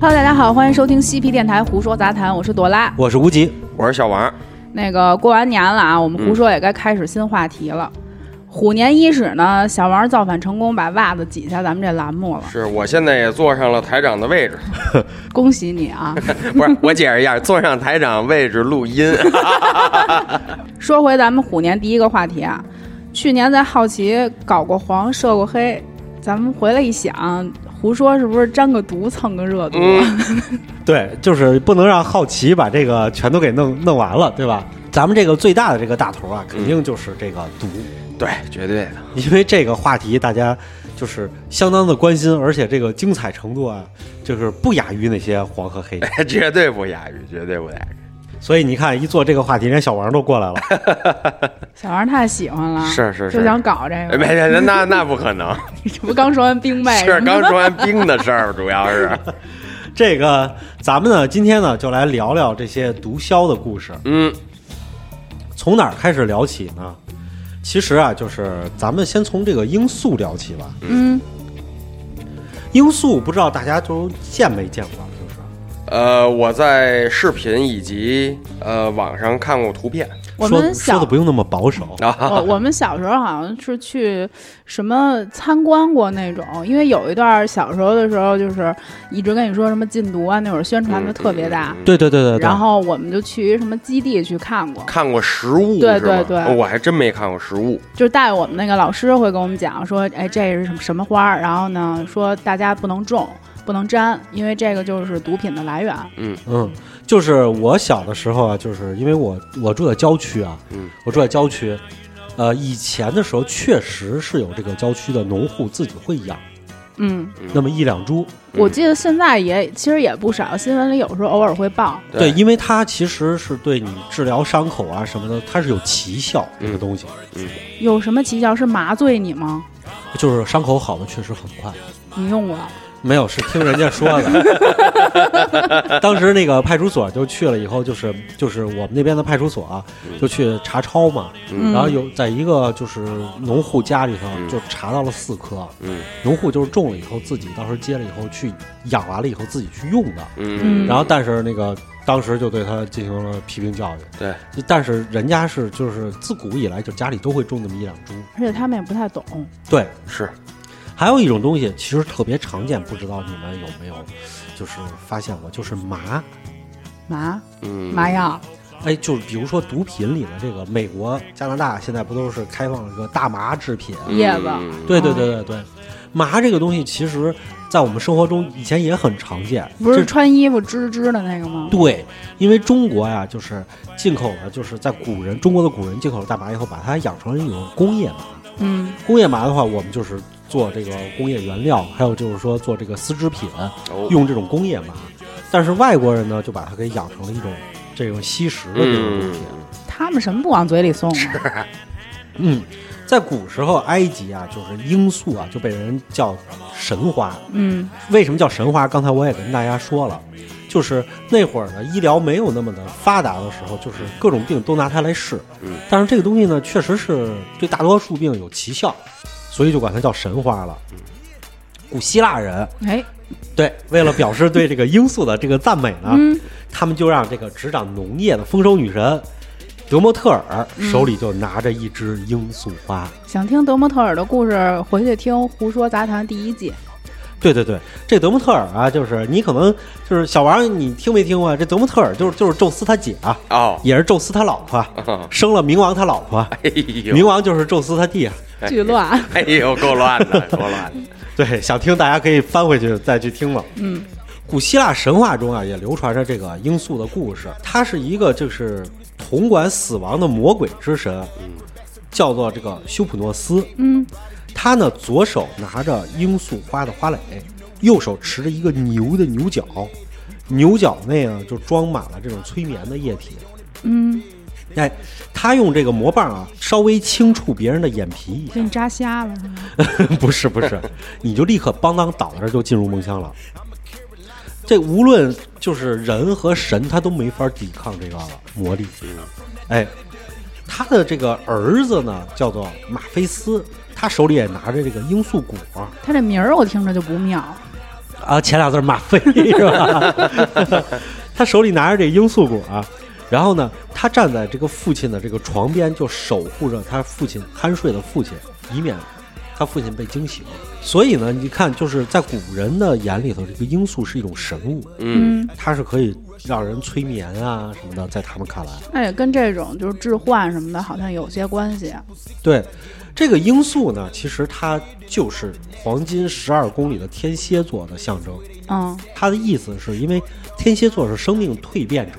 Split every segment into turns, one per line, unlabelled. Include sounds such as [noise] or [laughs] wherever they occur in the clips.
Hello，大家好，欢迎收听嬉皮电台《胡说杂谈》，我是朵拉。
我是无极，
我是小王，
那个过完年了啊，我们胡说也该开始新话题了。虎年伊始呢，小王造反成功，把袜子挤下咱们这栏目了，
是我现在也坐上了台长的位置，
恭喜你啊！
[laughs] 不是我解释一下，坐上台长位置录 [laughs] 音，
说回咱们虎年第一个话题啊，去年在好奇搞过黄涉过黑，咱们回来一想，胡说是不是沾个毒蹭个热度？
嗯，
对，就是不能让好奇把这个全都给弄弄完了，对吧？咱们这个最大的这个大头啊，肯定就是这个毒，
对，绝对的，
因为这个话题大家就是相当的关心，而且这个精彩程度啊，就是不亚于那些黄和黑。
哎绝对不亚于，绝对不亚于，
所以你看，一做这个话题，人家小王都过来了。
小王太喜欢了，
是是，
就是想搞这
哎
个。
没没那那不可 [laughs] 能，
这不刚说完冰妹
是刚说完冰的事儿，主要是，
[laughs] 这个咱们呢，今天呢就来聊聊这些毒枭的故事。
[laughs] 嗯，
从哪儿开始聊起呢？其实啊，就是咱们先从这个罂粟聊起吧。
嗯，
罂粟不知道大家都见没见过，啊就是
呃，我在视频以及呃网上看过图片
我
说
们
说
小嗯
的不用那么保守。
啊，
哦
[laughs]
我我们小时候好像是去什么参观过那种，因为有一段小时候的时候，就是一直跟你说什么禁毒啊，那会儿宣传的特别大，
嗯嗯嗯
对对对对对
然。后我们就去什么基地去看过，
看过实物，
对
是吗
对对
哦我还真没看过实物，
就是带我们那个老师会跟我们讲说，哎，这是什么什么花儿，然后呢说大家不能种，不能沾，因为这个就是毒品的来源。
嗯，就是我小的时候啊，就是因为我我住在郊区啊，
嗯，
我住在郊区，呃，以前的时候确实是有这个郊区的农户自己会养
嗯，
那么一两株，
我记得现在也其实也不少，新闻里有时候偶尔会报。
对，，因为它其实是对你治疗伤口啊什么的，它是有奇效这个
嗯
东西，
有什么奇效是麻醉你吗？
就是伤口好的确实很快。
你用过？
没有，是听人家说的。
[laughs]
当时那个派出所就去了以后，就是就是我们那边的派出所啊、
嗯
就去查抄嘛，
嗯
然后有在一个就是农户家里头
嗯
就查到了四颗，
嗯
农户就是种了以后自己到时候接了以后去养完了以后自己去用的，
嗯
嗯
然后但是那个当时就对他进行了批评教育，
对，
就但是人家是就是自古以来就家里都会种那么一两株，
而且他们也不太懂。
对，
是，
还有一种东西其实特别常见，不知道你们有没有就是发现过，就是麻。
麻
嗯，
麻药，
哎，就是比如说毒品里的这个美国、加拿大现在不都是开放了一个大麻制品？
嗯
叶子
对对对对对，麻这个东西其实在我们生活中以前也很常见，
不是
这
穿衣服吱吱的那个吗？
对，因为中国呀、就是进口了，就是在古人中国的古人进口了大麻以后，把它养成了一种工业麻。
嗯，
工业麻的话，我们就是做这个工业原料，还有就是说做这个丝织品，
哦
用这种工业麻。但是外国人呢，就把它给养成了一种这种吸食的这种东西。啊
嗯
他们什么不往嘴里送啊？
嗯，在古时候埃及啊，就是罂粟啊，就被人叫神花。
[laughs] 嗯
为什么叫神花？刚才我也跟大家说了，就是那会儿呢，医疗没有那么的发达的时候，就是各种病都拿它来试。
嗯，
但是这个东西呢，确实是对大多数病有奇效，所以就管它叫神花了。
嗯
古希腊人
哎，
对为了表示对这个罂粟的这个赞美呢，
嗯，
他们就让这个执掌农业的丰收女神德莫特尔手里就拿着一只罂粟花。
想听德莫特尔的故事，回去听《胡说杂谈》第一季。
对对对，这德莫特尔啊，就是你可能就是小王，你听没听过啊？这德莫特尔就是就是宙斯他姐啊，
[laughs] 哦，
也是宙斯他老婆，
啊
生了冥王他老婆，
哎呦，
冥王就是宙斯他弟啊。
哎
巨
[laughs]
乱，
哎呦，够乱的，够乱的。
[laughs] 对，想听大家可以翻回去再去听了。
嗯，
古希腊神话中啊，也流传着这个罂粟的故事。它是一个就是统管死亡的魔鬼之神，叫做这个修普诺斯。
嗯，
他呢左手拿着罂粟花的花蕾，右手持着一个牛的牛角，牛角内呢就装满了这种催眠的液体。
嗯，
哎，他用这个魔棒啊，稍微轻触别人的眼皮一下，
给你扎瞎了是吗？
[laughs] 不是不是，你就立刻邦当倒在这儿就进入梦乡了。这无论就是人和神，他都没法抵抗这个魔力。哎，他的这个儿子呢，叫做马菲斯，他手里也拿着这个罂粟果。
他这名儿我听着就不妙。
啊，前俩字儿吗啡是吧？他手里拿着这罂粟果、啊，然后呢，他站在这个父亲的这个床边，就守护着他父亲酣睡的父亲，以免他父亲被惊醒。所以呢，你看，就是在古人的眼里头，这个罂粟是一种神物，
嗯，
嗯，
它是可以让人催眠啊什么的，在他们看来，
那也哎跟这种就是置换什么的，好像有些关系。啊
对。这个罂粟呢，其实它就是黄金十二宫里的天蝎座的象征。
嗯
他的意思是因为天蝎座是生命蜕变者，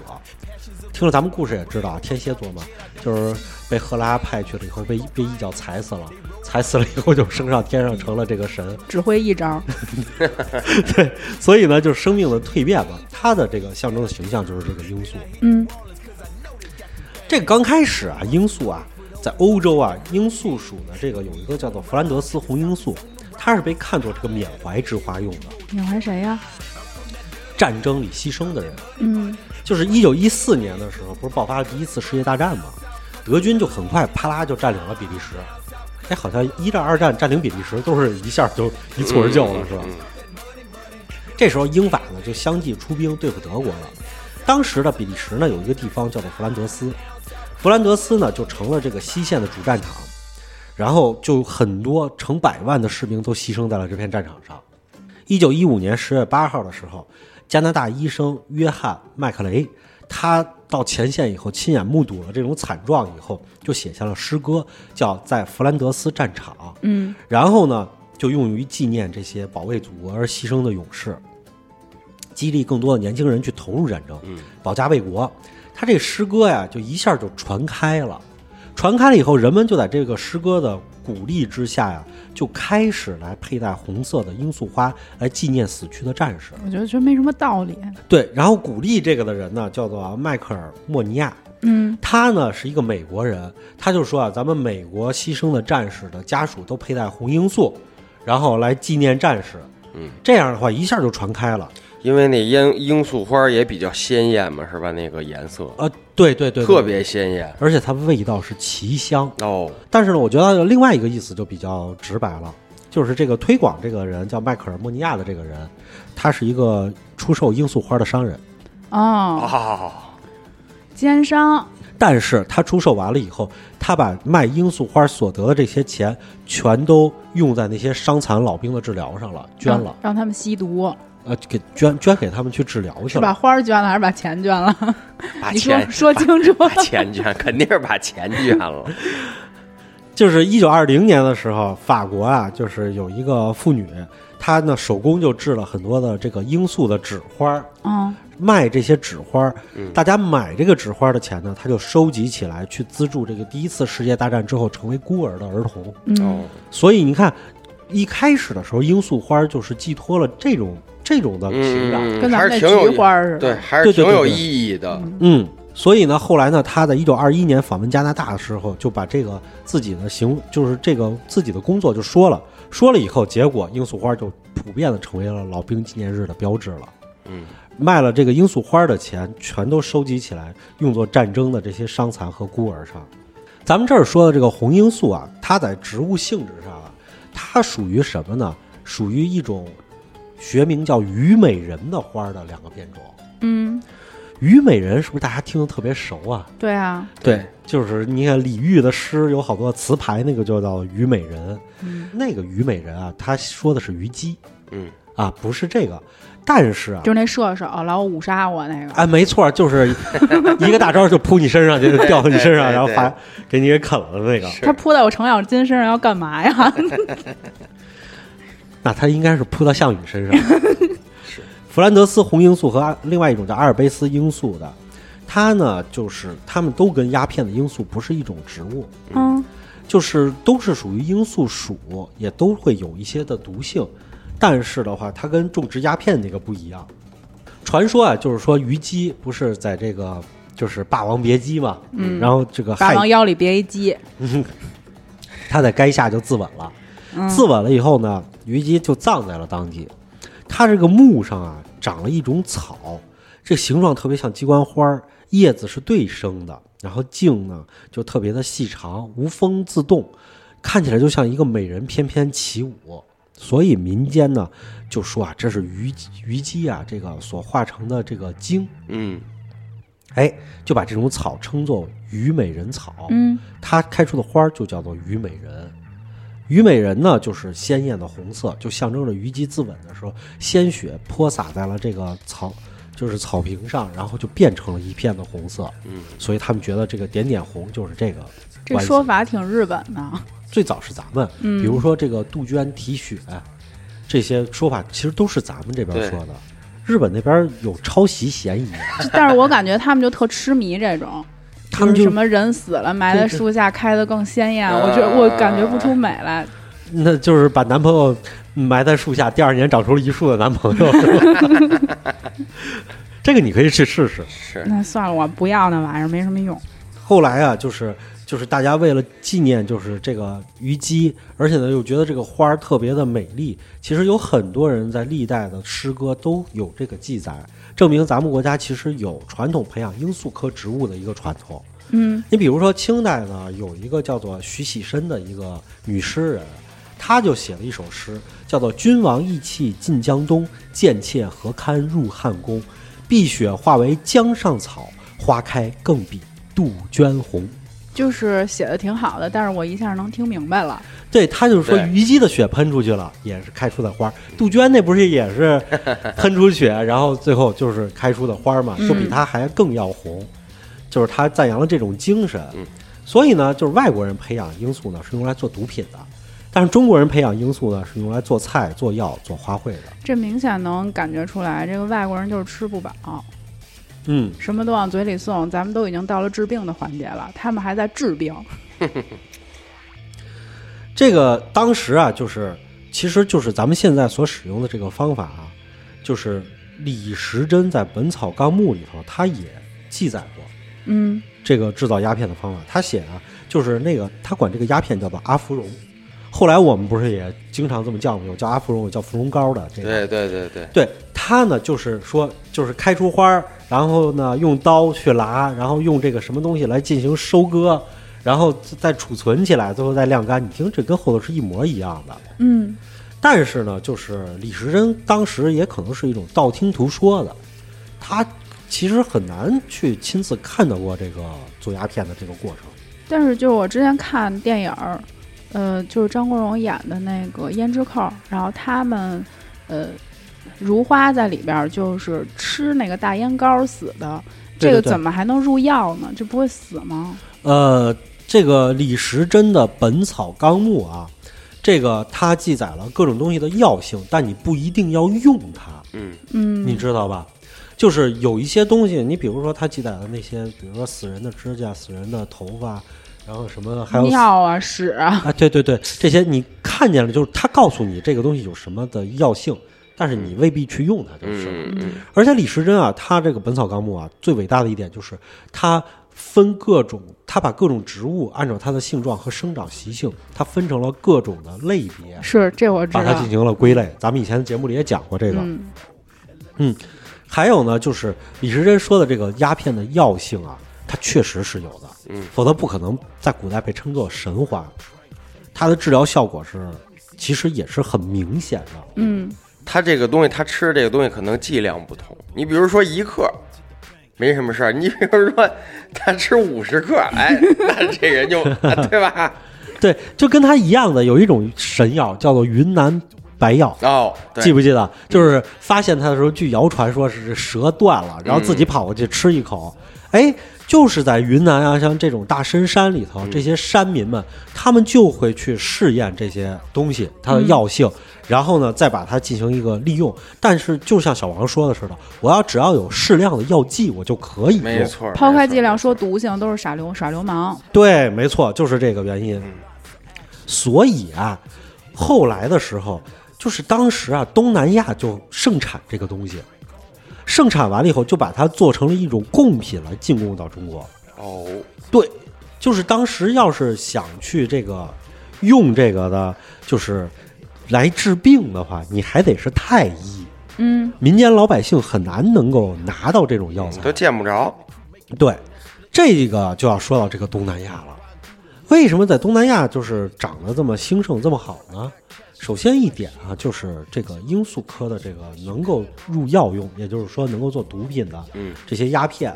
听了咱们故事也知道，天蝎座嘛，就是被赫拉派去了以后，被被一脚踩死了，踩死了以后就升上天上成了这个神，，
只会一招。
对，所以呢，就是生命的蜕变嘛。他的这个象征的形象就是这个罂粟。
嗯
这个刚开始啊，罂粟啊，在欧洲啊，罂粟属的这个有一个叫做弗兰德斯红罂粟，它是被看作这个缅怀之花用的，
你还谁呀、
战争里牺牲的人。
嗯
就是一九一四年的时候，不是爆发了第一次世界大战吗？德军就很快啪啦就占领了比利时。哎，好像一战、二战占领比利时都是一下就一蹴而就了，是吧？
嗯
这时候英法呢就相继出兵对付德国了。当时的比利时呢有一个地方叫做弗兰德斯，弗兰德斯呢就成了这个西线的主战场，然后就很多成百万的士兵都牺牲在了这片战场上。一九一五年十月八号的时候，加拿大医生约翰麦克雷，他到前线以后亲眼目睹了这种惨状以后，就写下了诗歌，叫《在弗兰德斯战场》。
嗯，
然后呢，就用于纪念这些保卫祖国而牺牲的勇士，激励更多的年轻人去投入战争，保家卫国。他这诗歌呀，就一下就传开了。传开了以后，人们就在这个诗歌的鼓励之下呀，就开始来佩戴红色的罂粟花来纪念死去的战士。
我觉得这没什么道理。
对，然后鼓励这个的人呢，叫做迈克尔·莫尼亚。
嗯
他呢是一个美国人，他就说啊，咱们美国牺牲的战士的家属都佩戴红罂粟，嗯然后来纪念战士。
嗯，
这样的话一下就传开了。
因为那罂罂粟花也比较鲜艳嘛，是吧？那个颜色
呃，对对对，对
特，别鲜艳
而且它味道是奇香。
哦，
但是呢，我觉得另外一个意思就比较直白了，就是这个推广这个人叫迈克尔·莫尼亚的这个人，他是一个出售罂粟花的商人。
哦，
啊，
奸商。
但是他出售完了以后，他把卖罂粟花所得的这些钱，全都用在那些伤残老兵的治疗上了，捐了
让，让他们吸毒，
呃，给捐捐给他们去治疗去
是把
了。
花儿捐了还是把钱捐了？
把
你说
[laughs]
钱
说清楚。
把钱捐，肯定是把钱捐了。
就是一九二零年的时候，法国啊，就是有一个妇女，她呢手工就制了很多的这个罂粟的纸花儿，
嗯
卖这些纸花儿，大家买这个纸花儿的钱呢，她就收集起来去资助这个第一次世界大战之后成为孤儿的儿童。
嗯
哦，
所以你看，一开始的时候，罂粟花就是寄托了这种这种的情感。
嗯，
跟咱
还
们
是
那
挺有
菊花儿似的
对，还是
对对
挺有
对对
意义的。
嗯，所以呢，后来呢，他在一九二一年访问加拿大的时候，就把这个自己的行，就是这个自己的工作就说了，说了以后，结果罂粟花就普遍的成为了老兵纪念日的标志了。
嗯，
卖了这个罂粟花的钱，全都收集起来，用作战争的这些伤残和孤儿上。咱们这儿说的这个红罂粟啊，它在植物性质上啊，它属于什么呢？属于一种学名叫虞美人的花的两个变种。
嗯，
虞美人是不是大家听的特别熟啊？
对啊，
对，就是你看李煜的诗有好多词牌，那个就叫虞美人。
嗯，
那个虞美人啊，他说的是虞
[laughs]
姬
嗯，
啊，不是这个。但是啊，
就是那射手老五杀我那个。
哎，没错，就是
[laughs]
一个大招就扑你身上，就掉你身上，
对对对
然后把给你给啃了的那个。
是
他扑在我程咬金身上要干嘛呀？
那他应该是扑到项羽身上。弗兰德斯红罂粟和阿另外一种叫阿尔卑斯罂粟的，它呢就是它们都跟鸦片的罂粟不是一种植物，
[laughs] 嗯
就是都是属于罂粟属，也都会有一些的毒性，但是的话，它跟种植鸦片那个不一样。传说啊，就是说虞姬不是在这个就是《霸王别姬》嘛，嗯，然后这个
霸
汉
王腰里别一鸡。
他在垓下就自刎了。自刎了以后呢，虞姬就葬在了当地。他这个墓上啊，长了一种草，这形状特别像鸡冠花儿，叶子是对生的，然后茎呢就特别的细长，无风自动，看起来就像一个美人翩翩起舞。所以民间呢就说啊，这是虞姬虞姬啊这个所化成的这个精，
嗯
哎，就把这种草称作虞美人草，
嗯
它开出的花儿就叫做虞美人。虞美人呢，就是鲜艳的红色，就象征着虞姬自刎的时候，鲜血泼洒在了这个草，就是草坪上，然后就变成了一片的红色。
嗯
所以他们觉得这个点点红就是这个。
这说法挺日本的，
最早是咱们，比如说这个杜鹃啼血，这些说法其实都是咱们这边说的。日本那边有抄袭嫌疑，
但是我感觉他们就特痴迷这种。
他们
就是
就
什么人死了埋在
对对
树下开的更鲜艳，
啊
我觉得我感觉不出美来。
那就是把男朋友埋在树下，第二年长出了一树的男朋友。 [laughs] 这个你可以去试试。
是
那算了，我不要那玩意儿，没什么用。
后来啊，就是就是大家为了纪念，就是这个虞姬，而且呢又觉得这个花儿特别的美丽。其实有很多人在历代的诗歌都有这个记载，证明咱们国家其实有传统培养罂粟科植物的一个传统。
嗯
你比如说清代呢，有一个叫做徐喜深的一个女诗人，她就写了一首诗，叫做“君王意气尽江东，贱妾何堪入汉宫。碧血化为江上草，花开更比杜鹃红。”
就是写的挺好的，但是我一下能听明白了。
对，他就是说
对
虞姬的血喷出去了，也是开出的花儿。杜鹃那不是也是喷出血， [laughs] 然后最后就是开出的花儿嘛，说比它还更要红，就是他赞扬了这种精神。
嗯
所以呢，就是外国人培养罂粟呢是用来做毒品的，但是中国人培养罂粟呢是用来做菜、做药、做花卉的。
这明显能感觉出来，这个外国人就是吃不饱，
嗯，
什么都往嘴里送。咱们都已经到了治病的环节了，他们还在治病。
这个当时啊，就是其实就是咱们现在所使用的这个方法啊，就是李时珍在《本草纲目》里头他也记载过。
嗯
这个制造鸦片的方法。他写啊，就是那个他管这个鸦片叫做阿芙蓉。后来我们不是也经常这么叫吗？有叫阿芙蓉，有叫芙蓉膏的。这个
对对对对，
对他呢，就是说，就是开出花儿，然后呢用刀去剌，然后用这个什么东西来进行收割，然后再储存起来，最后再晾干。你听，这跟后头是一模一样的。
嗯，
但是呢，就是李时珍当时也可能是一种道听途说的，他其实很难去亲自看到过这个做鸦片的这个过程。
但是就我之前看电影儿，呃，就是张国荣演的那个《胭脂扣》，然后他们呃如花在里边儿就是吃那个大烟膏死的。这
对对
个
对
怎么还能入药呢？这不会死吗？
呃，这个李时珍的《本草纲目》啊，这个它记载了各种东西的药性，但你不一定要用它，
嗯
嗯，
你知道吧？就是有一些东西，你比如说它记载的那些，比如说死人的指甲、死人的头发，然后什么还有死
尿啊屎啊，
啊，对对对，这些你看见了，就是他告诉你这个东西有什么的药性，但是你未必去用它，就是了。
嗯嗯
而且李时珍啊，他这个《本草纲目》啊，最伟大的一点就是他分各种，他把各种植物按照它的性状和生长习性，它分成了各种的类别，
是这我知
把它
道
进。行了归类。咱们以前的节目里也讲过这个。
嗯
嗯，还有呢，就是李时珍说的这个鸦片的药性啊，它确实是有的，
嗯
否则不可能在古代被称作神花。它的治疗效果是，其实也是很明显的。
嗯，
他这个东西，他吃的这个东西可能剂量不同。你比如说一克，没什么事儿；你比如说他吃五十
[laughs]
克，哎，那这人就 [laughs] 对吧？
对，就跟它一样的，有一种神药叫做云南白药。
哦，
记
对，
不记得？就是发现它的时候，据谣传说是蛇断了，然后自己跑过去吃一口。
嗯
哎、就是在云南啊，像这种大深山里
嗯
头，这些山民们，他们就会去试验这些东西它的药性，
嗯
然后呢，再把它进行一个利用。但是，就像小王说的似的，我要只要有适量的药剂，我就可以
没
用。
错，
抛开剂
没错
量说毒性，都是耍流耍流氓。
对，没错，就是这个原因。所以啊，后来的时候，就是当时啊，东南亚就盛产这个东西，盛产完了以后，就把它做成了一种贡品来进贡到中国。
哦，
对，就是当时要是想去这个用这个的，就是来治病的话，你还得是太医，
嗯，
民间老百姓很难能够拿到这种药材。
都见不着。
对，这个就要说到这个东南亚了。为什么在东南亚就是长得这么兴盛、这么好呢？首先一点啊，就是这个罂粟科的这个能够入药用，也就是说能够做毒品的，
嗯，
这些鸦片，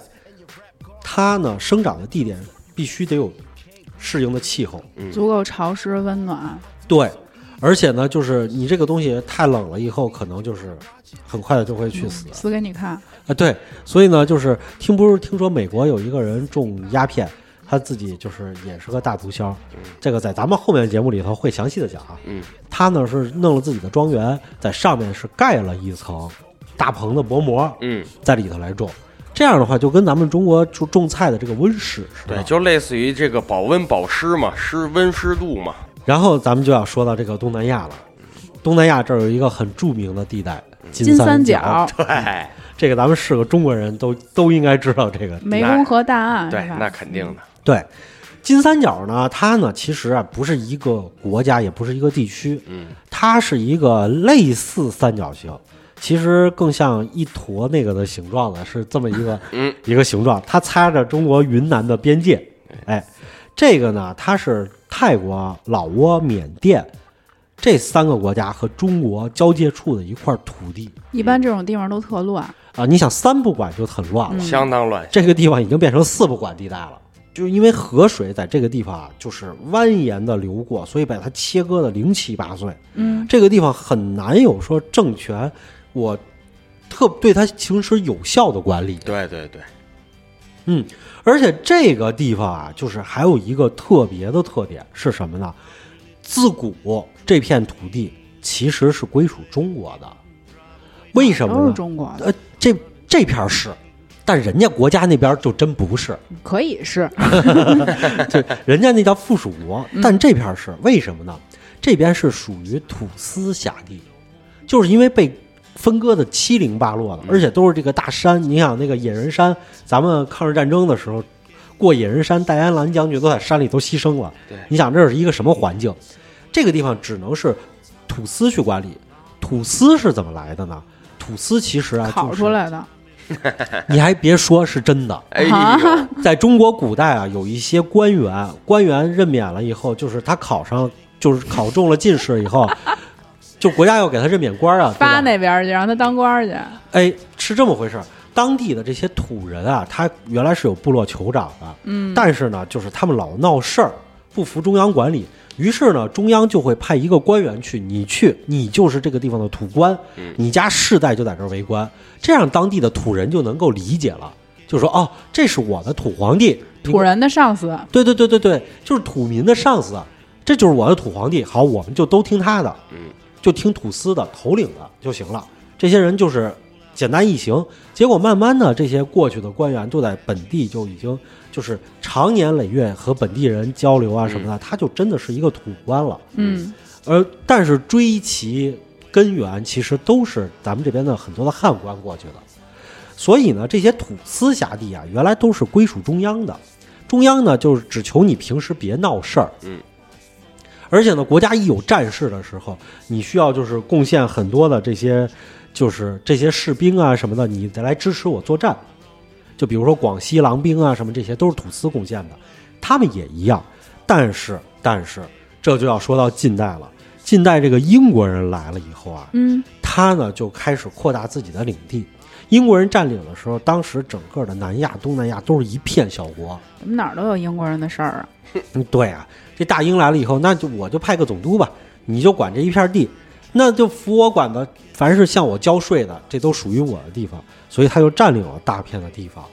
它呢生长的地点必须得有适应的气候，
足够潮湿温暖，
对，而且呢，就是你这个东西太冷了以后，可能就是很快的就会去死啊、
死给你看。
对，所以呢，就是听不是听说美国有一个人种鸦片，他自己就是也是个大毒枭，这个在咱们后面的节目里头会详细的讲啊。
嗯，
他呢是弄了自己的庄园，在上面是盖了一层大棚的薄膜，
嗯，
在里头来种。这样的话，就跟咱们中国种种菜的这个温室似
对，
的。
就类似于这个保温保湿嘛，湿温湿度嘛， [laughs]
然后咱们就要说到这个东南亚了。东南亚这儿有一个很著名的地带——
嗯
金
三
三
角
角，
[laughs] 对
这个咱们是个中国人都都应该知道这个。
湄公河大岸
对
是，吧？
那肯定的，
对，金三角呢，它呢其实啊不是一个国家，也不是一个地区，
嗯，
它是一个类似三角形，其实更像一坨那个的形状的，是这么一个、
嗯
一个形状，它擦着中国云南的边界。哎，这个呢，它是泰国、老挝、缅甸。这三个国家和中国交界处的一块土地
一般这种地方都特乱，
啊，你想三不管就很乱了，
嗯
相当乱，
这个地方已经变成四不管地带了，就是因为河水在这个地方啊，就是蜿蜒的流过，所以把它切割的零七八碎。
嗯，
这个地方很难有说政权我特对它行使有效的管理。
对对
啊
对，
嗯，而且这个地方啊，就是还有一个特别的特点是什么呢？自古这片土地其实是归属中国的，为什么
都是
呢？
中国的，
呃，这这片儿是，但人家国家那边儿就真不是。
可以是
对，哎人家那叫附属国，
嗯
但这片儿是为什么呢？这边是属于土司辖地，就是因为被分割的七零八落的，
嗯
而且都是这个大山。你想那个野人山，咱们抗日战争的时候过野人山，戴安澜将军都在山里都牺牲了
对。
你想这是一个什么环境？这个地方只能是土司去管理。土司是怎么来的呢？土司其实啊，
烤出，来的，
就是、你还别说是真的，
哎呦，
啊
在中国古代啊，有一些官员，官员任免了以后，就是他考上，就是考中了进士以后，就国家要给他任免官啊，对吧
发那边去，让他当官去。
哎，是这么回事儿。当地的这些土人啊，他原来是有部落酋长的，嗯，但是呢，就是他们老闹事儿，不服中央管理，于是呢，中央就会派一个官员去，你去，你就是这个地方的土官，你家世代就在这儿为官，这样当地的土人就能够理解了，就说哦，这是我的土皇帝，你
土人的上司，
对对对对对，就是土民的上司，啊这就是我的土皇帝。好，我们就都听他的，
嗯，
就听土司的头领的就行了。这些人就是简单易行。结果慢慢的，这些过去的官员就在本地就已经就是长年累月和本地人交流啊什么的，他就真的是一个土官了。
嗯，
而呃但是追其根源，其实都是咱们这边的很多的汉官过去的。所以呢，这些土司辖地啊，原来都是归属中央的。中央呢，就是只求你平时别闹事儿。
嗯。
而且呢，国家一有战事的时候，你需要就是贡献很多的这些，就是这些士兵啊什么的，你得来支持我作战。就比如说广西狼兵啊什么，这些都是土司贡献的，他们也一样。但是，但是这就要说到近代了。近代这个英国人来了以后啊，
嗯，
他呢就开始扩大自己的领地。英国人占领的时候，当时整个的南亚、东南亚都是一片小国。
怎么哪儿都有英国人的事儿啊？
嗯，对啊，这大英来了以后，那就我就派个总督吧，你就管这一片地，那就服我管的，凡是向我交税的，这都属于我的地方，所以他就占领了大片的地方。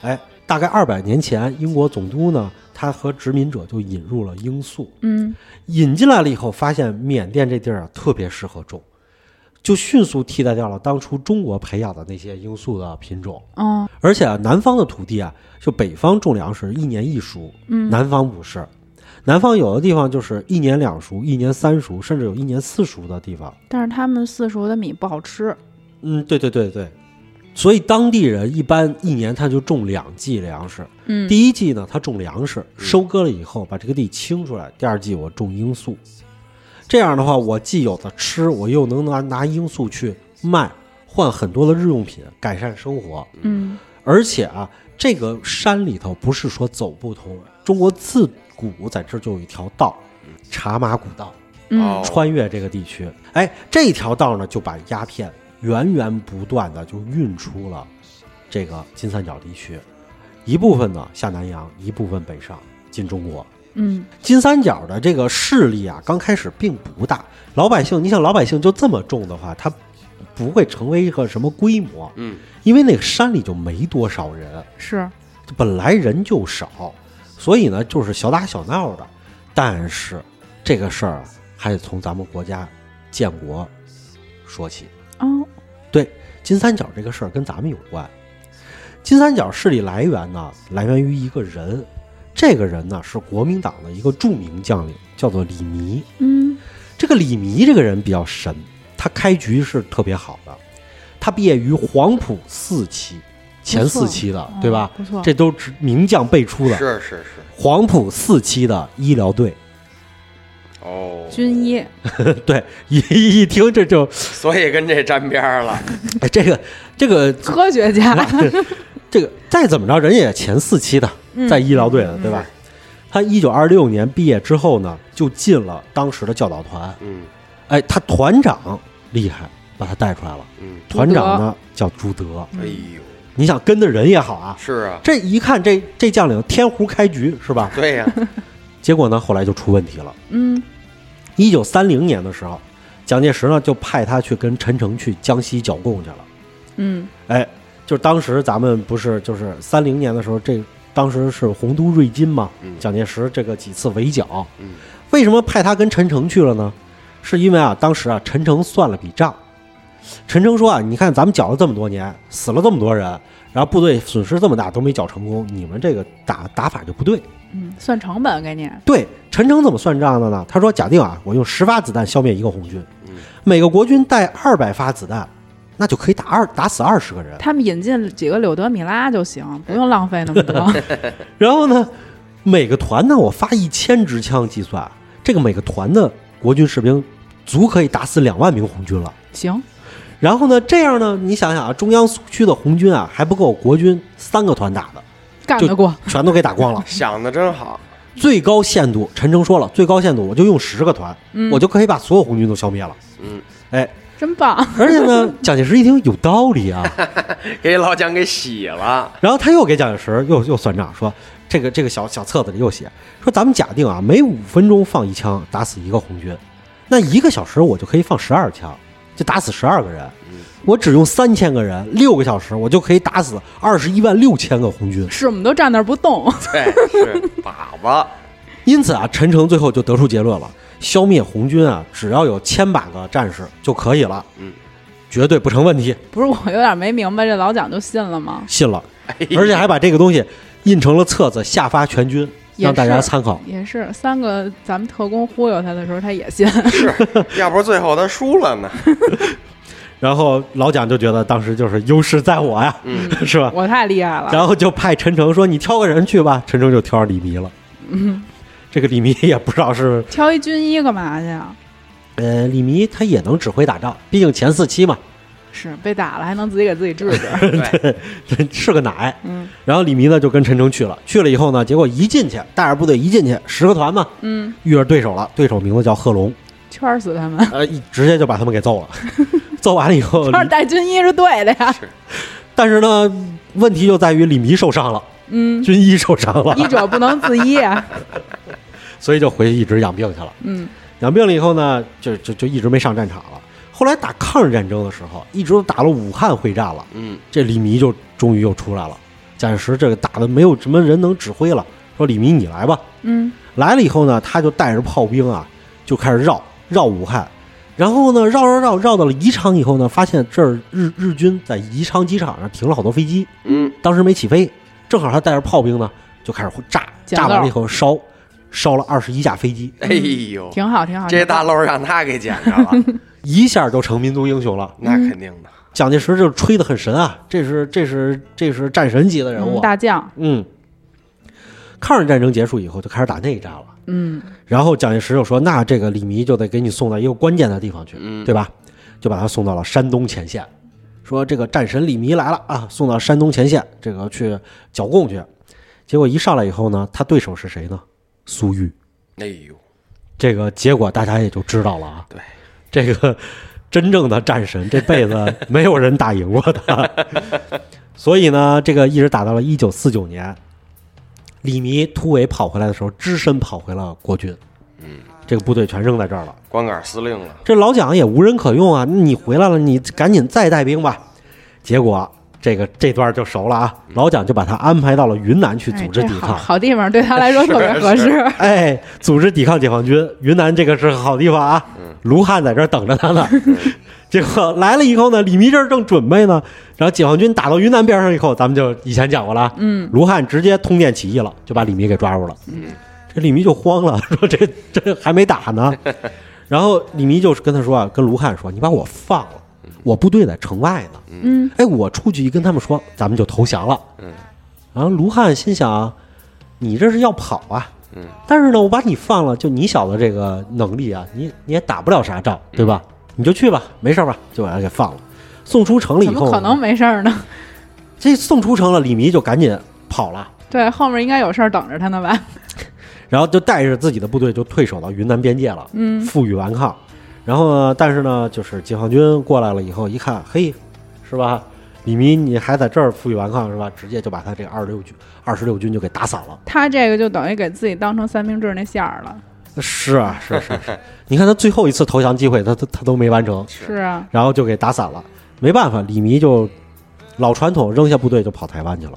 哎，大概二百年前，英国总督呢，他和殖民者就引入了罂粟，
嗯，
引进来了以后，发现缅甸这地儿啊特别适合种，就迅速替代掉了当初中国培养的那些罂粟的品种。
哦，
而且啊，南方的土地啊，就北方种粮食一年一熟，
嗯
南方不是，南方有的地方就是一年两熟，一年三熟，甚至有一年四熟的地方。
但是他们四熟的米不好吃，
嗯，对对对对，所以当地人一般一年他就种两季粮食，
嗯，
第一季呢，他种粮食，收割了以后把这个地清出来；第二季我种罂粟，这样的话我既有的吃，我又能拿拿罂粟去卖，换很多的日用品，改善生活。
嗯，
而且啊，这个山里头不是说走不通，中国自古在这儿就有一条道，茶马古道。
嗯
哦
穿越这个地区。哎，这条道呢就把鸦片源源不断的就运出了这个金三角地区，一部分呢下南洋，一部分北上进中国。
嗯
金三角的这个势力啊，刚开始并不大，老百姓，你想老百姓就这么重的话，他不会成为一个什么规模，
嗯，
因为那个山里就没多少人。
是
本来人就少，所以呢就是小打小闹的。但是这个事儿啊还得从咱们国家建国说起。
哦
对，金三角这个事儿跟咱们有关。金三角势力来源呢，来源于一个人，这个人呢是国民党的一个著名将领，叫做李弥。
嗯
这个李弥这个人比较神，他开局是特别好的，他毕业于黄埔四期，前
不错
四期的，对吧？
哦不错，
这都是名将辈出的，
是是是，
黄埔四期的医疗队。
哦，
军医
[laughs] 对，一一听这就，
所以跟这沾边儿了，
哎，这个这
[laughs]
个
科学家，
这个再怎么着，人也前四期的，
嗯
在医疗队的，对吧？他一九二六年毕业之后呢，就进了当时的教导团。
嗯
哎，他团长厉害，把他带出来了。
嗯，
朱
团长
德
呢叫朱德，
哎呦，
你想跟的人也好啊，
是啊，
这一看这这将领天胡开局是吧？
对呀，
结果呢，后来就出问题了。
嗯
一九三零年的时候，蒋介石呢就派他去跟陈诚去江西剿共去了。
嗯
哎，就是当时咱们不是就是三零年的时候，这当时是洪都瑞金嘛
嗯，
蒋介石这个几次围剿，
嗯
为什么派他跟陈诚去了呢？是因为啊，当时啊，陈诚算了笔账，陈诚说啊，你看咱们剿了这么多年，死了这么多人，然后部队损失这么大都没剿成功，你们这个打打法就不对。
嗯，算成本给你，
对，陈诚怎么算账的呢？他说：“假定啊，我用十发子弹消灭一个红军，
嗯。
每个国军带二百发子弹，那就可以打二打死二十个人。
他们引进几个柳德米拉就行，不用浪费那么多。
然后呢，每个团呢，我发一千支枪计算，这个每个团的国军士兵足可以打死两万名红军了。
行，
然后呢，这样呢，你想想啊，中央苏区的红军啊，还不够国军三个团打的，
干得过。
全都给打光了
[laughs] 想的真好，
最高限度，陈诚说了，最高限度我就用十个团，
嗯
我就可以把所有红军都消灭了。
嗯，
哎，
真棒！ [laughs]
而且呢，蒋介石一听有道理啊， [laughs]
给老蒋给洗了，
然后他又给蒋介石又又算账，说这个这个小小册子里又写说，咱们假定啊，每五分钟放一枪，打死一个红军，那一个小时我就可以放十二枪，就打死十二个人。我只用三千个人，六个小时我就可以打死二十一万六千个红军。
是我们都站那儿不动， [laughs]
对，是粑粑，
因此啊，陈诚最后就得出结论了：消灭红军啊，只要有千把个战士就可以了，
嗯，
绝对不成问题。
不是我有点没明白，这老蒋就信了吗？
信了，
哎呀
[laughs] 而且还把这个东西印成了册子，下发全军，
也
让大家
是
参考。
也是三个咱们特工忽悠他的时候，他也信。
啊
是，要不最后他输了呢，
然后老蒋就觉得当时就是优势在我呀，
嗯
[laughs] 是吧？
[laughs] 我太厉害了，
然后就派陈诚说：“你挑个人去吧。”陈诚就挑上李弥了。
嗯
这个李弥也不知道是，
挑一军医干嘛去啊？
呃，李弥他也能指挥打仗，毕竟前四期嘛， [laughs]
是被打了还能自己给自己治治？
对，
是个奶。
嗯
然后李弥呢就跟陈诚去了，去了以后呢，结果一进去，带着部队一进去，十个团嘛，
嗯，
遇着对手了，对手名字叫贺龙，
圈死他们。
呃，一直接就把他们给揍了。 [laughs] 揍完了
[laughs]
以后，
要是带军医是对的呀。
但是呢，问题就在于李弥受伤了， [laughs]
嗯，
军医受伤了，
医者不能自医啊。
所以就回去一直养病去了。
嗯
养病了以后呢，就就就一直没上战场了。后来打抗日战争的时候，一直都打了武汉会战了，
嗯，
这李弥就终于又出来了。蒋介石这个打的没有什么人能指挥了，说李弥你来吧。
嗯，
来了以后呢，他就带着炮兵啊，就开始绕绕武汉，然后呢绕绕绕绕到了宜昌以后呢，发现这儿日日军在宜昌机场上停了好多飞机，
嗯，
当时没起飞，正好他带着炮兵呢，就开始炸，
捡漏
炸完了以后烧，烧了二十一架飞机，
哎
哦
呦，
挺好挺好。嗯
这大漏让他给捡着了，
一下就成民族英雄了。
那肯定的，
蒋介石就吹得很神啊，这是这是这是战神级的人
嗯
物。
大将。
嗯，抗日战争结束以后就开始打内战了，
嗯
然后蒋介石就说：“那这个李弥就得给你送到一个关键的地方去，
嗯
对吧？”就把他送到了山东前线，说这个战神李弥来了啊，送到山东前线，这个去剿共去。结果一上来以后呢，他对手是谁呢？苏玉。
哎呦，
这个结果大家也就知道了啊。
对，
这个真正的战神这辈
[laughs]
子没有人打赢过他，所以呢，这个一直打到了一九四九年，李弥突围跑回来的时候，只身跑回了国军，
嗯，
这个部队全扔在这儿了。
光杆司令了，
这老蒋也无人可用啊，你回来了，你赶紧再带兵吧。结果这个这段就熟了啊，
嗯
老蒋就把他安排到了云南去
哎
组织
这
抵
好
抗。
好地方对他来说特别合
[laughs]
是
适。
哎，组织抵抗解放军，云南这个是好地方啊
嗯。
卢汉在这儿等着他呢。结果来了以后呢，李弥这儿正准备呢，然后解放军打到云南边上以后，咱们就以前讲过了啊，
嗯，
卢汉直接通电起义了，就把李弥给抓住了。
嗯，
这李弥就慌了，说这这还没打
[laughs]
呢。然后李弥就是跟他说啊，跟卢汉说，你把我放了，我部队在城外呢。
嗯，
哎，我出去一跟他们说，咱们就投降了。
嗯，
然后卢汉心想，你这是要跑啊？
嗯，
但是呢，我把你放了，就你小子这个能力啊，你你也打不了啥仗，对
嗯
吧？你就去吧，没事吧？就把他给放了。送出城了以
怎
后呢，
么可能没事儿呢？
这送出城了，李弥就赶紧跑了，
对，后面应该有事儿等着他呢吧？
然后就带着自己的部队就退守到云南边界了，
嗯
负隅顽抗。然后呢，但是呢，就是解放军过来了以后一看，嘿，是吧？李弥你还在这儿负隅顽抗是吧？直接就把他这个二六军、二十六军就给打散了。
他这个就等于给自己当成三明治那馅儿了。
是啊，是啊是啊是啊，你看他最后一次投降机会，他他他都没完成，
是啊，
然后就给打散了。没办法，李弥就老传统，扔下部队就跑台湾去了。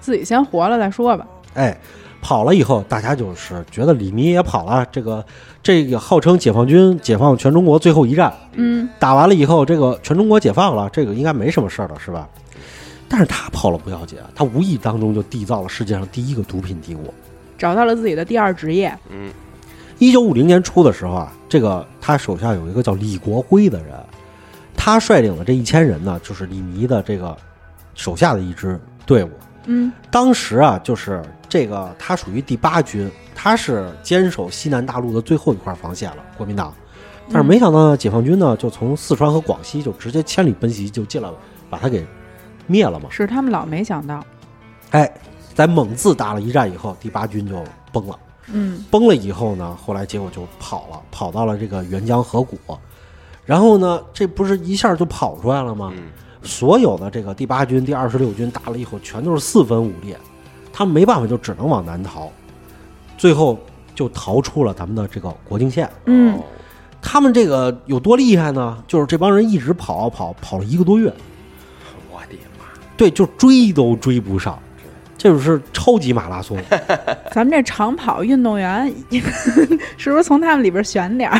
自己先活了再说吧。
哎，跑了以后，大家就是觉得李弥也跑了，这个这个号称解放军解放全中国最后一战，
嗯，
打完了以后，这个全中国解放了，这个应该没什么事儿了，是吧？但是他跑了不要紧，啊他无意当中就缔造了世界上第一个毒品帝国。
找到了自己的第二职业。
嗯
一九五零年初的时候啊，这个他手下有一个叫李国辉的人，他率领的这一千人呢，就是李弥的这个手下的一支队伍。
嗯
当时啊，就是这个他属于第八军，他是坚守西南大陆的最后一块防线了，国民党。但是没想到呢，解放军呢就从四川和广西就直接千里奔袭就进来了，把他给灭了嘛。
是他们老没想到。
哎，在蒙自打了一战以后，第八军就崩了。
嗯
崩了以后呢，后来结果就跑了，跑到了这个沅江河谷。然后呢，这不是一下就跑出来了吗？
嗯，
所有的这个第八军、第二十六军打了以后，全都是四分五裂，他们没办法，就只能往南逃，最后就逃出了咱们的这个国境线。
嗯
哦，
他们这个有多厉害呢？就是这帮人一直跑啊跑，跑了一个多月，
我的妈，
对，就追都追不上，这就是超级马拉松。
咱们这长跑运动员 [laughs] 是不是从他们里边选点儿？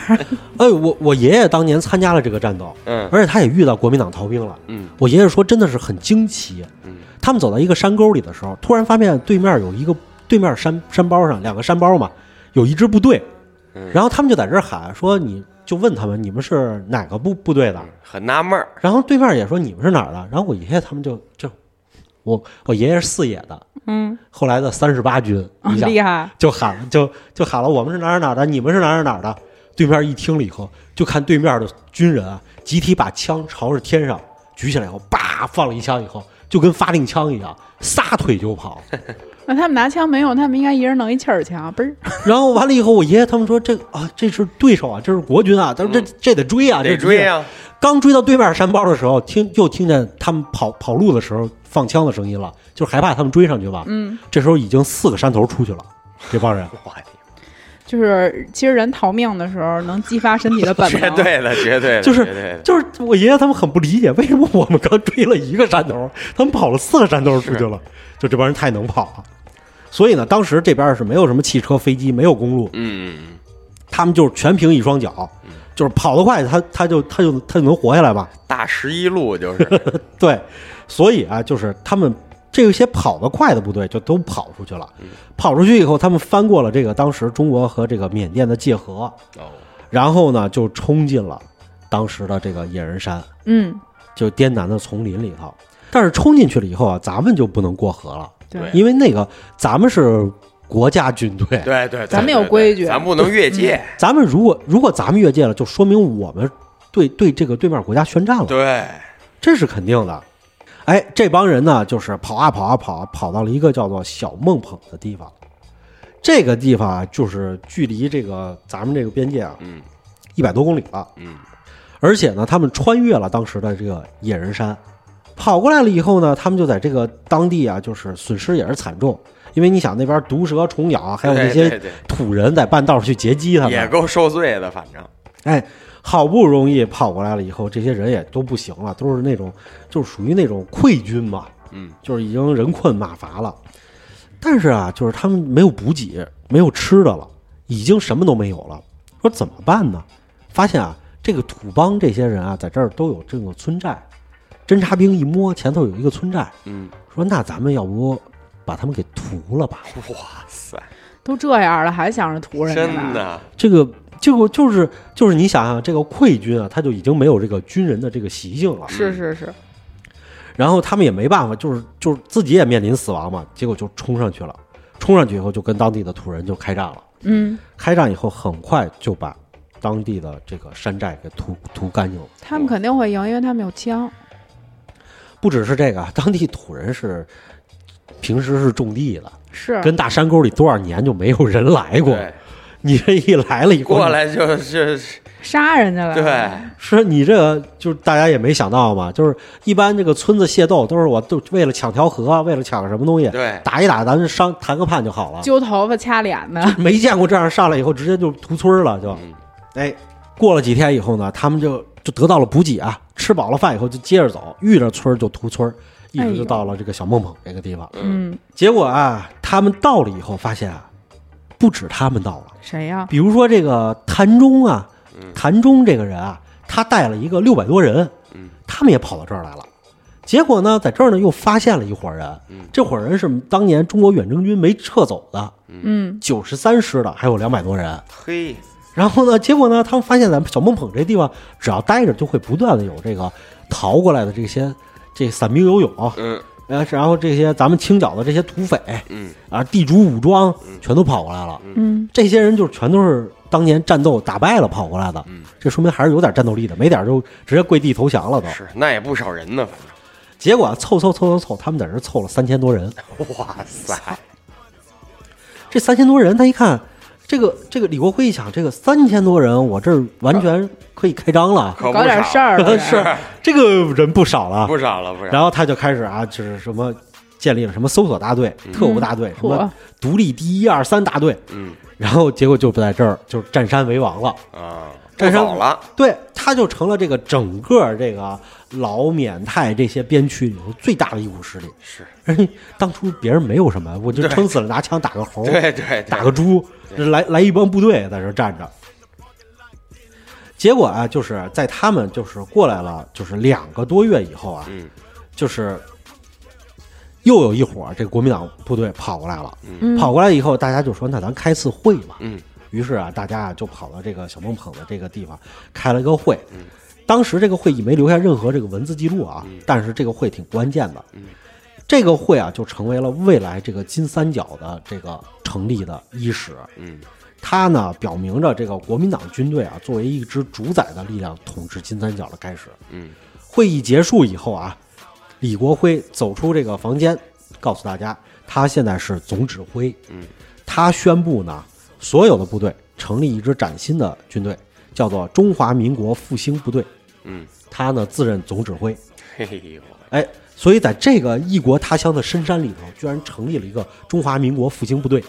哎，我我爷爷当年参加了这个战斗，
嗯
而且他也遇到国民党逃兵了。
嗯
我爷爷说，真的是很惊奇。
嗯
他们走到一个山沟里的时候，突然发现对面有一个对面山山包上两个山包嘛，有一支部队，
嗯
然后他们就在这儿喊说，你就问他们你们是哪个部部队的，
嗯，很纳闷儿，
然后对面也说你们是哪儿的，然后我爷爷他们就就我我爷爷是四野的，
嗯，
后来的三十八军，
哦
你想
厉害。
就喊就就喊了我们是哪儿哪儿的，你们是哪儿哪儿的。对面一听了以后，就看对面的军人啊，集体把枪朝着天上举起来以后，叭放了一枪以后，就跟发令枪一样，撒腿就跑。
那他们拿枪没用，他们应该一人弄一气儿啊枪，嘣儿。
然后完了以后，我爷爷他们说这个啊，这是对手啊，这是国军啊，他说这这得追啊，这
得追
啊。
呀，
刚追到对面山包的时候，听又听见他们跑跑路的时候放枪的声音了，就是害怕他们追上去吧。
嗯，
这时候已经四个山头出去了，这帮人。
我的
就是其实人逃命的时候能激发身体的
妈，
本
绝
[laughs] 能。
对的，绝对的，
就是
绝对的
就是我爷爷他们很不理解，为什么我们刚追了一个山头，他们跑了四个山头出去了，就这帮人太能跑了。所以呢，当时这边是没有什么汽车、飞机，没有公路，
嗯嗯，
他们就是全凭一双脚，就是跑得快，他他就他就他就能活下来吧。
嗯大十一
[laughs]
路就是，
对，所以啊，就是他们这些跑得快的部队就都跑出去了，跑出去以后，他们翻过了这个当时中国和这个缅甸的界河，
哦，
然后呢就冲进了当时的这个野人山。
嗯，
就滇南的丛林里头。但是冲进去了以后啊，咱们就不能过河了，
对
对。
因为那个咱们是国家军队，
对对，对
咱们有
对对
规矩
咱不能越界，
咱们如果如果咱们越界了，就说明我们对对这个对面国家宣战了，
对，
这是肯定的。哎，这帮人呢，就是跑啊跑啊跑啊，跑到了一个叫做小孟捧的地方。这个地方啊，就是距离这个咱们这个边界啊，
嗯
一百多公里了。
嗯
而且呢，他们穿越了当时的这个野人山，跑过来了以后呢，他们就在这个当地啊，就是损失也是惨重，因为你想那边毒蛇、虫咬啊，还有那
对
些
对对
土人在半道上去劫机他
也
们，
够受罪的，反正
哎，好不容易跑过来了以后，这些人也都不行了，都是那种就是属于那种溃军嘛，
嗯
就是已经人困马乏了。但是啊，就是他们没有补给，没有吃的了，已经什么都没有了。说怎么办呢？发现啊，这个土邦这些人啊，在这儿都有这种村寨。侦察兵一摸，前头有一个村寨，
嗯，
说那咱们要不把他们给屠了吧？
哇
[laughs]
塞，
都这样了，啊还想着屠人家呢
真的，
这个结果就是就是你想想，这个溃军啊，他就已经没有这个军人的这个习性了。
是是是，
然后他们也没办法，就是就是自己也面临死亡嘛，结果就冲上去了。冲上去以后，就跟当地的土人就开战了。
嗯，
开战以后，很快就把当地的这个山寨给屠屠干净了。
他们肯定会赢，因为他们有枪。
不只是这个，当地土人是平时是种地的，
是，
跟大山沟里多少年就没有人来过。
嗯对
你这一来了以后，
过来就是
杀人家了。
对，
是你这个就是大家也没想到嘛，就是一般这个村子械斗都是我都为了抢条河，啊为了抢什么东西，
对，
打一打，咱们商谈个判就好了。
揪头发掐脸的，
[laughs] 没见过这样上来以后直接就屠村了，就
嗯
哎，过了几天以后呢，他们就就得到了补给啊，吃饱了饭以后就接着走，遇着村儿就屠村儿，一直就到了这个小孟孟这个地方。
嗯，
结果啊，他们到了以后发现啊，不止他们到了，
谁呀、
比如说这个谭忠啊
嗯，
谭忠这个人啊，他带了一个六百多人
嗯，
他们也跑到这儿来了。结果呢，在这儿呢又发现了一伙人
嗯，
这伙人是当年中国远征军没撤走的，
嗯，
九十三师的，还有两百多人。
嘿，
然后呢，结果呢，他们发现咱们小孟捧这地方，只要待着就会不断的有这个逃过来的这些这散兵游勇，
嗯
呃，然后这些咱们清剿的这些土匪
嗯
啊，地主武装全都跑过来了。
嗯，
这些人就全都是当年战斗打败了跑过来的，这说明还是有点战斗力的，没点儿就直接跪地投降了都。
是，那也不少人
[laughs]
呢，反正
结果啊凑凑凑凑凑，他们在这儿凑了三千多人。
哇塞，
这三千多人，他一看，这个这个李国辉一想，这个三千多人，我这儿完全可以开张了，
可不
搞点
少
事
[laughs]
儿呗
是这个人不少了。
呃哎不少了，不少，
然后他就开始啊，就是什么建立了什么搜索大队、特务大队、什么
嚯
独立第一二三大队，
嗯
然后结果就在这儿就是占山为王了。
啊，
这
不
是
少了，
对，他就成了这个整个这个老缅泰这些边区里头最大的一股势力。
是
而且当初别人没有什么，我就
对
撑死了拿枪打个猴，
对对对，
打个猪，来来一帮部队在这儿站着。结果啊，就是在他们就是过来了，就是两个多月以后啊，
嗯
就是又有一伙这个国民党部队跑过来了。
嗯
跑过来以后，大家就说：“那咱开次会吧。”
嗯
于是啊，大家啊就跑到这个小孟捧的这个地方开了个会。当时这个会议没留下任何这个文字记录啊，
嗯
但是这个会挺关键的。这个会啊，就成为了未来这个金三角的这个成立的伊始。
嗯
它呢，表明着这个国民党军队啊，作为一支主宰的力量，统治金三角的开始。
嗯
会议结束以后啊，李国辉走出这个房间，告诉大家，他现在是总指挥。
嗯，
他宣布呢，所有的部队成立一支崭新的军队，叫做中华民国复兴部队。
嗯，
他呢自任总指挥。
嘿呦，
哎，所以在这个异国他乡的深山里头，居然成立了一个中华民国复兴部队。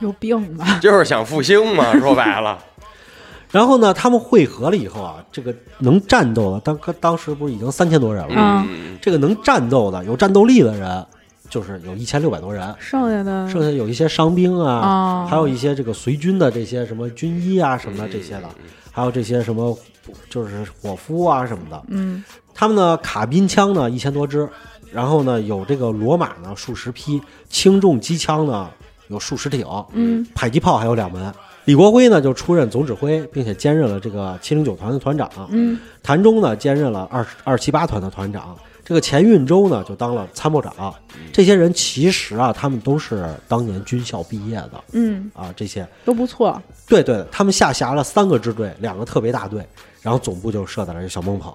有病吧？
就是想复兴嘛，说白了，
[laughs] 然后呢，他们会合了以后啊，这个能战斗的，当当时不是已经三千多人了吗？
嗯
嗯
这个能战斗的、有战斗力的人，就是有一千六百多人，
剩下的
剩下有一些伤兵啊，
哦
还有一些这个随军的这些什么军医啊什么的这些的，
嗯
还有这些什么就是伙夫啊什么的。
嗯
他们呢，卡宾枪呢一千多支，然后呢有这个罗马呢数十匹，轻重机枪呢有数十挺，
嗯
迫击炮还有两门。李国辉呢就出任总指挥，并且兼任了这个七零九团的团长。
嗯
谭忠呢兼任了二二七八团的团长，这个钱运周呢就当了参谋长。
嗯
这些人其实啊，他们都是当年军校毕业的
嗯，
啊，这些
都不错。
对对，他们下辖了三个支队，两个特别大队，然后总部就设在了这小孟捧。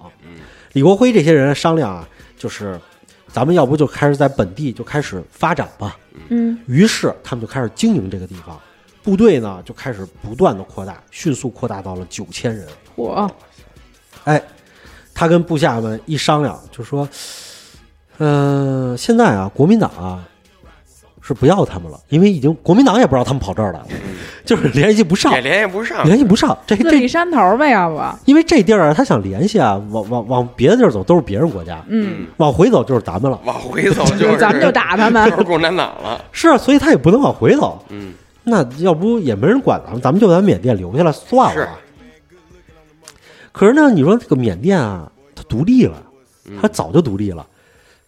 李国辉这些人商量啊，就是咱们要不就开始在本地就开始发展吧。
嗯
于是他们就开始经营这个地方，部队呢就开始不断的扩大，迅速扩大到了九千人。
我
哎，他跟部下们一商量，就说：“嗯、现在啊，国民党啊是不要他们了，因为已经国民党也不知道他们跑这儿来了，就是联系不上
也，联系不上，
联系不上。
哎
这
自
这
立山头呗，要不，嗯
因为这地儿啊，他想联系啊，往往往别的地儿走都是别人国家，
嗯，
往回走就是咱们了。
往回走就是
咱们就打他们
就。是共产党了。
是啊，所以他也不能往回走。
嗯，
那要不也没人管咱们，咱们就在缅甸留下来算
是
了。可是呢，你说这个缅甸啊，它独立了，
嗯
它早就独立了。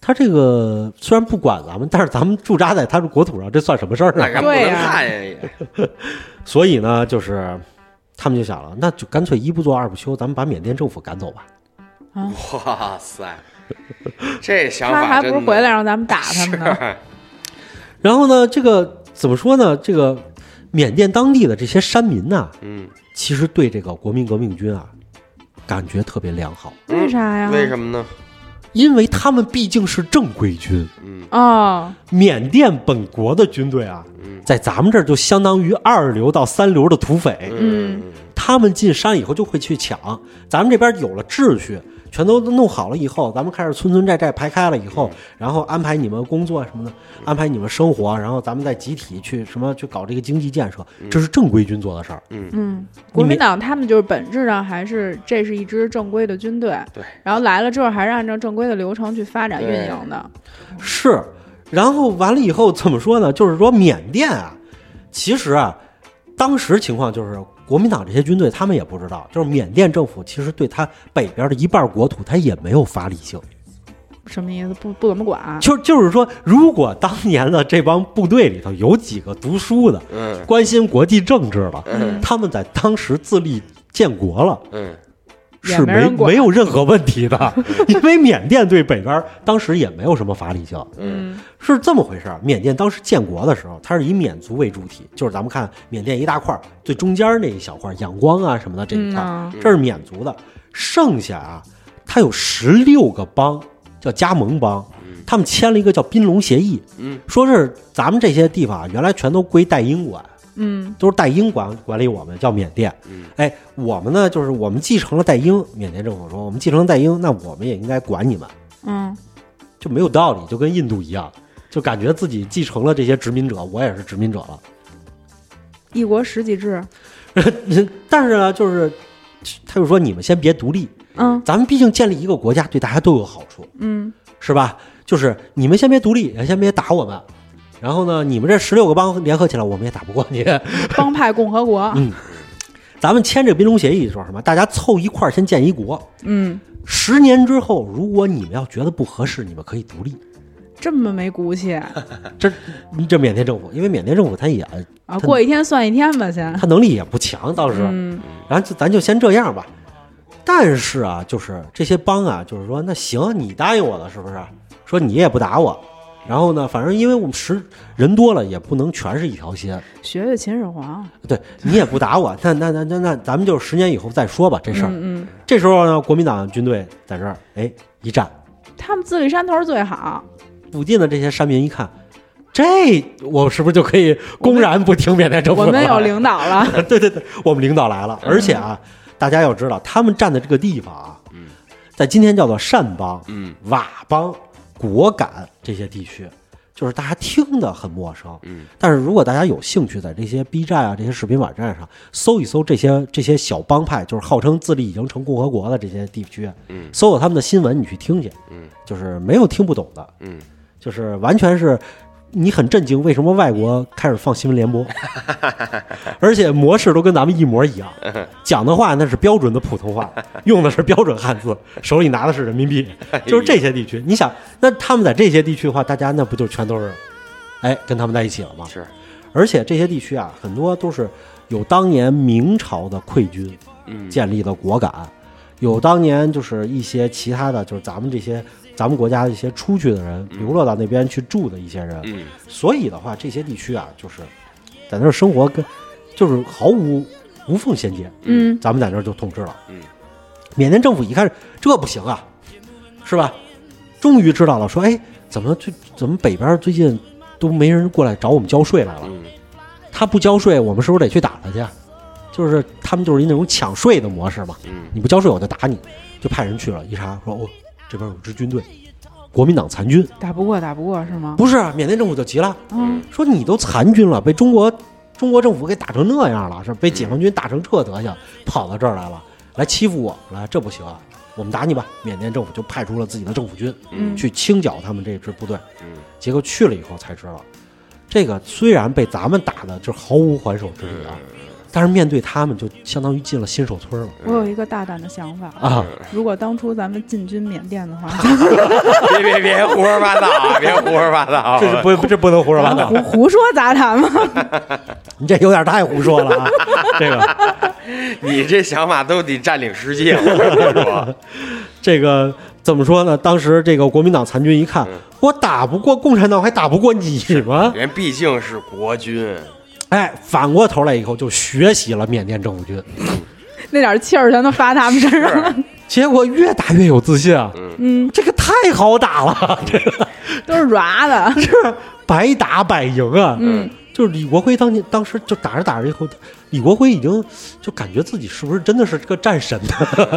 它这个虽然不管咱们，但是咱们驻扎在它的国土上，这算什么事儿
那
啊？
咱不能
对啊
看呀也。
所以呢，就是他们就想了，那就干脆一不做二不休，咱们把缅甸政府赶走吧。
哇塞，这想
他
法
还
真
不
的
是回来让咱们打他们呢？
然后呢，这个怎么说呢？这个缅甸当地的这些山民呐，
嗯，
其实对这个国民革命军啊，感觉特别良好。
嗯
为啥呀？
[laughs] 为什么呢？
因为他们毕竟是正规军，
嗯
哦，
缅甸本国的军队啊，
嗯
在咱们这儿就相当于二流到三流的土匪。
嗯
他们进山以后就会去抢，咱们这边有了秩序，全都弄好了以后，咱们开始村村寨寨排开了以后，然后安排你们工作什么的，安排你们生活，然后咱们再集体去什么去搞这个经济建设，这是正规军做的事儿。
嗯，国民党他们就是本质上还是这是一支正规的军队，
对，
然后来了之后还是按照正规的流程去发展运
对
营的，
是，然后完了以后怎么说呢？就是说缅甸啊，其实啊，当时情况就是国民党这些军队他们也不知道，就是缅甸政府其实对他北边的一半国土他也没有法理性，
什么意思？不不怎么管，
就就是说，如果当年的这帮部队里头有几个读书的，
嗯
关心国际政治的，
嗯
他们在当时自立建国了。
嗯
也
是
没
没
人管
没有任何问题的， [laughs] 因为缅甸对北边当时也没有什么法理性，
嗯
是这么回事儿。啊缅甸当时建国的时候，它是以缅族为主体，就是咱们看缅甸一大块儿，最中间儿那一小块儿仰光啊什么的这一
嗯
块儿，
呐
这是缅族的。剩下啊，它有十六个邦，叫加盟邦，他们签了一个叫宾隆协议，
嗯，
说是咱们这些地方啊原来全都归代英管，
嗯
都是代英管管理我们，叫缅甸。
嗯，
哎，我们呢就是我们继承了代英，缅甸政府说我们继承了代英，那我们也应该管你们。
嗯，
就没有道理，就跟印度一样，就感觉自己继承了这些殖民者，我也是殖民者了。 [laughs]
一国十几制，
但是呢，就是他就说你们先别独立，
嗯
咱们毕竟建立一个国家，对大家都有好处，
嗯
是吧？就是你们先别独立，先别打我们。然后呢，你们这十六个邦联合起来，我们也打不过你。 [laughs]
帮派共和国，
嗯咱们签这个宾隆协议说什么？大家凑一块儿先建一国。
嗯，
十年之后，如果你们要觉得不合适，你们可以独立。
这么没骨气啊！
这这缅甸政府，因为缅甸政府他也他
过一天算一天吧，先。
他能力也不强，倒是。
嗯
然后就咱就先这样吧。但是啊，就是这些帮啊，就是说，那行，你答应我了，是不是？说你也不打我，然后呢，反正因为我们十人多了，也不能全是一条心，
学学秦始皇。
对你也不打我，那那那那那，咱们就十年以后再说吧，这事儿。
嗯嗯，
这时候呢，国民党军队在这儿，哎，一站，
他们自立山头最好。
附近的这些山民一看，这我是不是就可以公然不听缅甸政府
我
了？
们有领导嗯了。
[laughs] 对对对，我们领导来了，而且啊，大家要知道，他们站的这个地方啊，在今天叫做善邦、
嗯
佤邦、果敢这些地区，就是大家听的很陌生。
嗯，
但是如果大家有兴趣，在这些 B 站啊、这些视频网站上搜一搜这些这些小帮派，就是号称自立已经成共和国的这些地区，
嗯
搜搜他们的新闻，你去听去，
嗯，
就是没有听不懂的，
嗯，
就是完全是你很震惊，为什么外国开始放新闻
[laughs]
联播，而且模式都跟咱们一模一样，
嗯
讲的话那是标准的普通话，用的是标准汉字，手里拿的是人民币，
哎
就是这些地区。你想，那他们在这些地区的话，大家那不就全都是，哎，跟他们在一起了吗？
是，
而且这些地区啊，很多都是有当年明朝的溃军
嗯
建立的国感，有当年就是一些其他的，就是咱们这些咱们国家的一些出去的人流落到那边去住的一些人，
嗯
所以的话，这些地区啊，就是在那儿生活跟就是毫无无缝衔接，
嗯
咱们在那儿就统治了。
嗯，
缅甸政府一开始这不行啊，是吧？终于知道了，说哎，怎么最怎么北边最近都没人过来找我们交税来了？
嗯，
他不交税，我们是不是得去打他去？啊就是他们就是一那种抢税的模式嘛。
嗯
你不交税我就打你，就派人去了。一查说，哦，这边有支军队，国民党残军，
打不过，打不过是吗？
不是缅甸政府就急了，
嗯，
说你都残军了，被中国中国政府给打成那样了，是被解放军打成这德行，跑到这儿来了，来欺负我们了，这不行，我们打你吧。缅甸政府就派出了自己的政府军
嗯
去清剿他们这支部队，
嗯 [laughs]
结果去了以后才知道，这个虽然被咱们打的就是毫无还手之力啊，但是面对他们就相当于进了新手村了
我有一个大胆的想法，
啊。
如果当初咱们进军缅甸的话，
别别别胡说八道啊，别胡说八道啊，
这是不这不能胡说八
咱们
道，
胡胡说杂谈嘛。
你这有点太胡说了啊！ [laughs] 这个
你这想法都得占领世界，我跟你说，
这个怎么说呢？当时这个国民党残军一看，我打不过共产党，还打不过你吗？
人毕竟是国军，
哎，反过头来以后就学习了缅甸政府军，
那点气儿全都发他们身上了，
是
结果越打越有自信啊！
嗯，
这个太好打了，这个
都是软的，
百打百赢啊！
嗯，
就是李国辉当年当时就打着打着以后，李国辉已经就感觉自己是不是真的是个战神呢？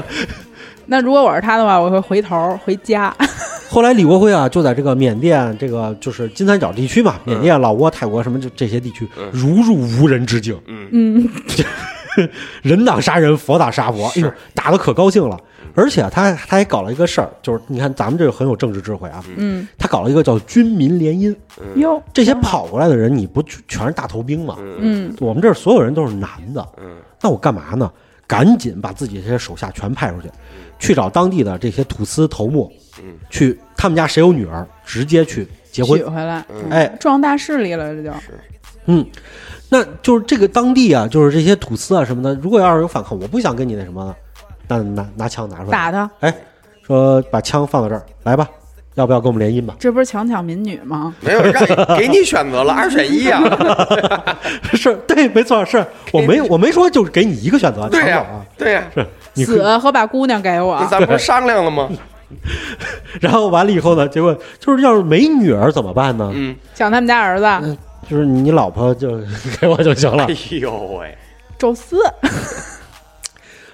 那如果我是他的话，我会回头回家。
后来李国辉啊，就在这个缅甸这个就是金三角地区嘛，
嗯
缅甸、老挝、泰国什么就这些地区，如入无人之境。
嗯，
[laughs] 人挡杀人，佛挡杀佛，哎呦
是，
打的可高兴了。
嗯
而且啊他还他还搞了一个事儿，就是你看咱们这个很有政治智慧啊，
嗯，
他搞了一个叫军民联姻，
[laughs] 哟，
这些跑过来的人，你不去全是大头兵吗？
嗯，
我们这儿所有人都是男的，
嗯，
那我干嘛呢？赶紧把自己这些手下全派出去，去找当地的这些土司头目，
嗯，
去他们家谁有女儿，直接去结婚
娶。回来，
哎，
嗯撞大势力了，这就，
嗯，那就是这个当地啊，就是这些土司啊什么的，如果要是有反抗，我不想跟你那什么了，那拿拿枪拿出来
打他，
哎，说把枪放到这儿，来吧，要不要跟我们联姻吧？ [laughs]
这不是强抢民女吗？
没有让你给你选择了二选一啊，
是对，没错，是我没我没说就是给你一个选择，
对
抢
呀、
走啊，
对呀、
是你可以。
死和把姑娘给我
那，咱不是商量了吗？
然后完了以后呢，结果就是要是没女儿怎么办呢？
嗯，
抢他们家儿子
嗯，就是你老婆就 [laughs] 给我就行了
[laughs] 哎。呦喂，
宙斯，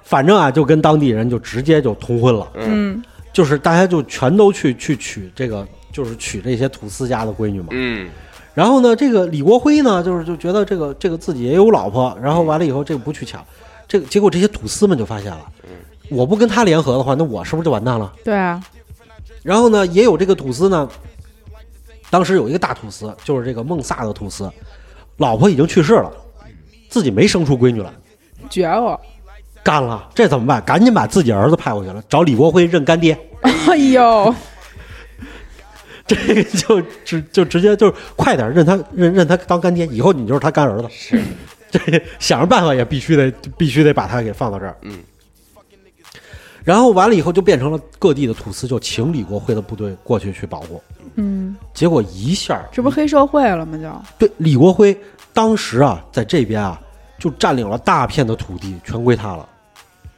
反正啊，就跟当地人就直接就通婚了，
嗯
就是大家就全都去去娶这个，就是娶这些土司家的闺女嘛。
嗯
然后呢，这个李国辉呢，就是就觉得这个这个自己也有老婆，然后完了以后这个不去抢，这个结果这些土司们就发现了，我不跟他联合的话，那我是不是就完蛋了？
对啊，
然后呢，也有这个土司呢，当时有一个大土司，就是这个孟萨的土司，老婆已经去世了，自己没生出闺女来，
绝我， [laughs]
干了，这怎么办？赶紧把自己儿子派过去了，找李国辉认干爹， [laughs]
哎呦，
这个就直就直接就是快点认他认认他当干爹，以后你就是他干儿子。
是，
这想着办法也必须得必须得把他给放到这儿。
嗯，
然后完了以后就变成了各地的土司就请李国辉的部队过去去保护，
嗯，
结果一下儿
这不黑社会了吗？就，
对李国辉当时啊在这边啊就占领了大片的土地，全归他了。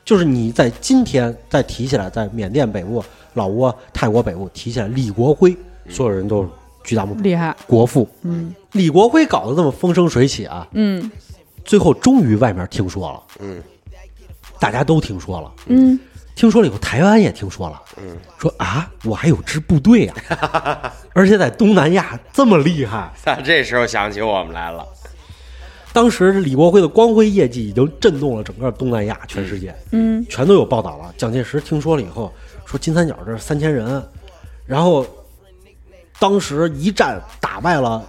就是你在今天再提起来，在缅甸北部、老挝、泰国北部提起来李国辉，
嗯
所有人都举大拇指，
厉害，
国父。
嗯
李国辉搞得这么风生水起啊，
嗯
最后终于外面听说了，
嗯
大家都听说了，
嗯，
听说了以后，台湾也听说了，
嗯，
说啊，我还有支部队啊，
[laughs]
而且在东南亚这么厉害。
[laughs] 那这时候想起我们来了，
当时李国辉的光辉业绩已经震动了整个东南亚，全世界，
嗯，
全都有报道了。蒋介石听说了以后，说金三角这三千人，然后当时一战打败了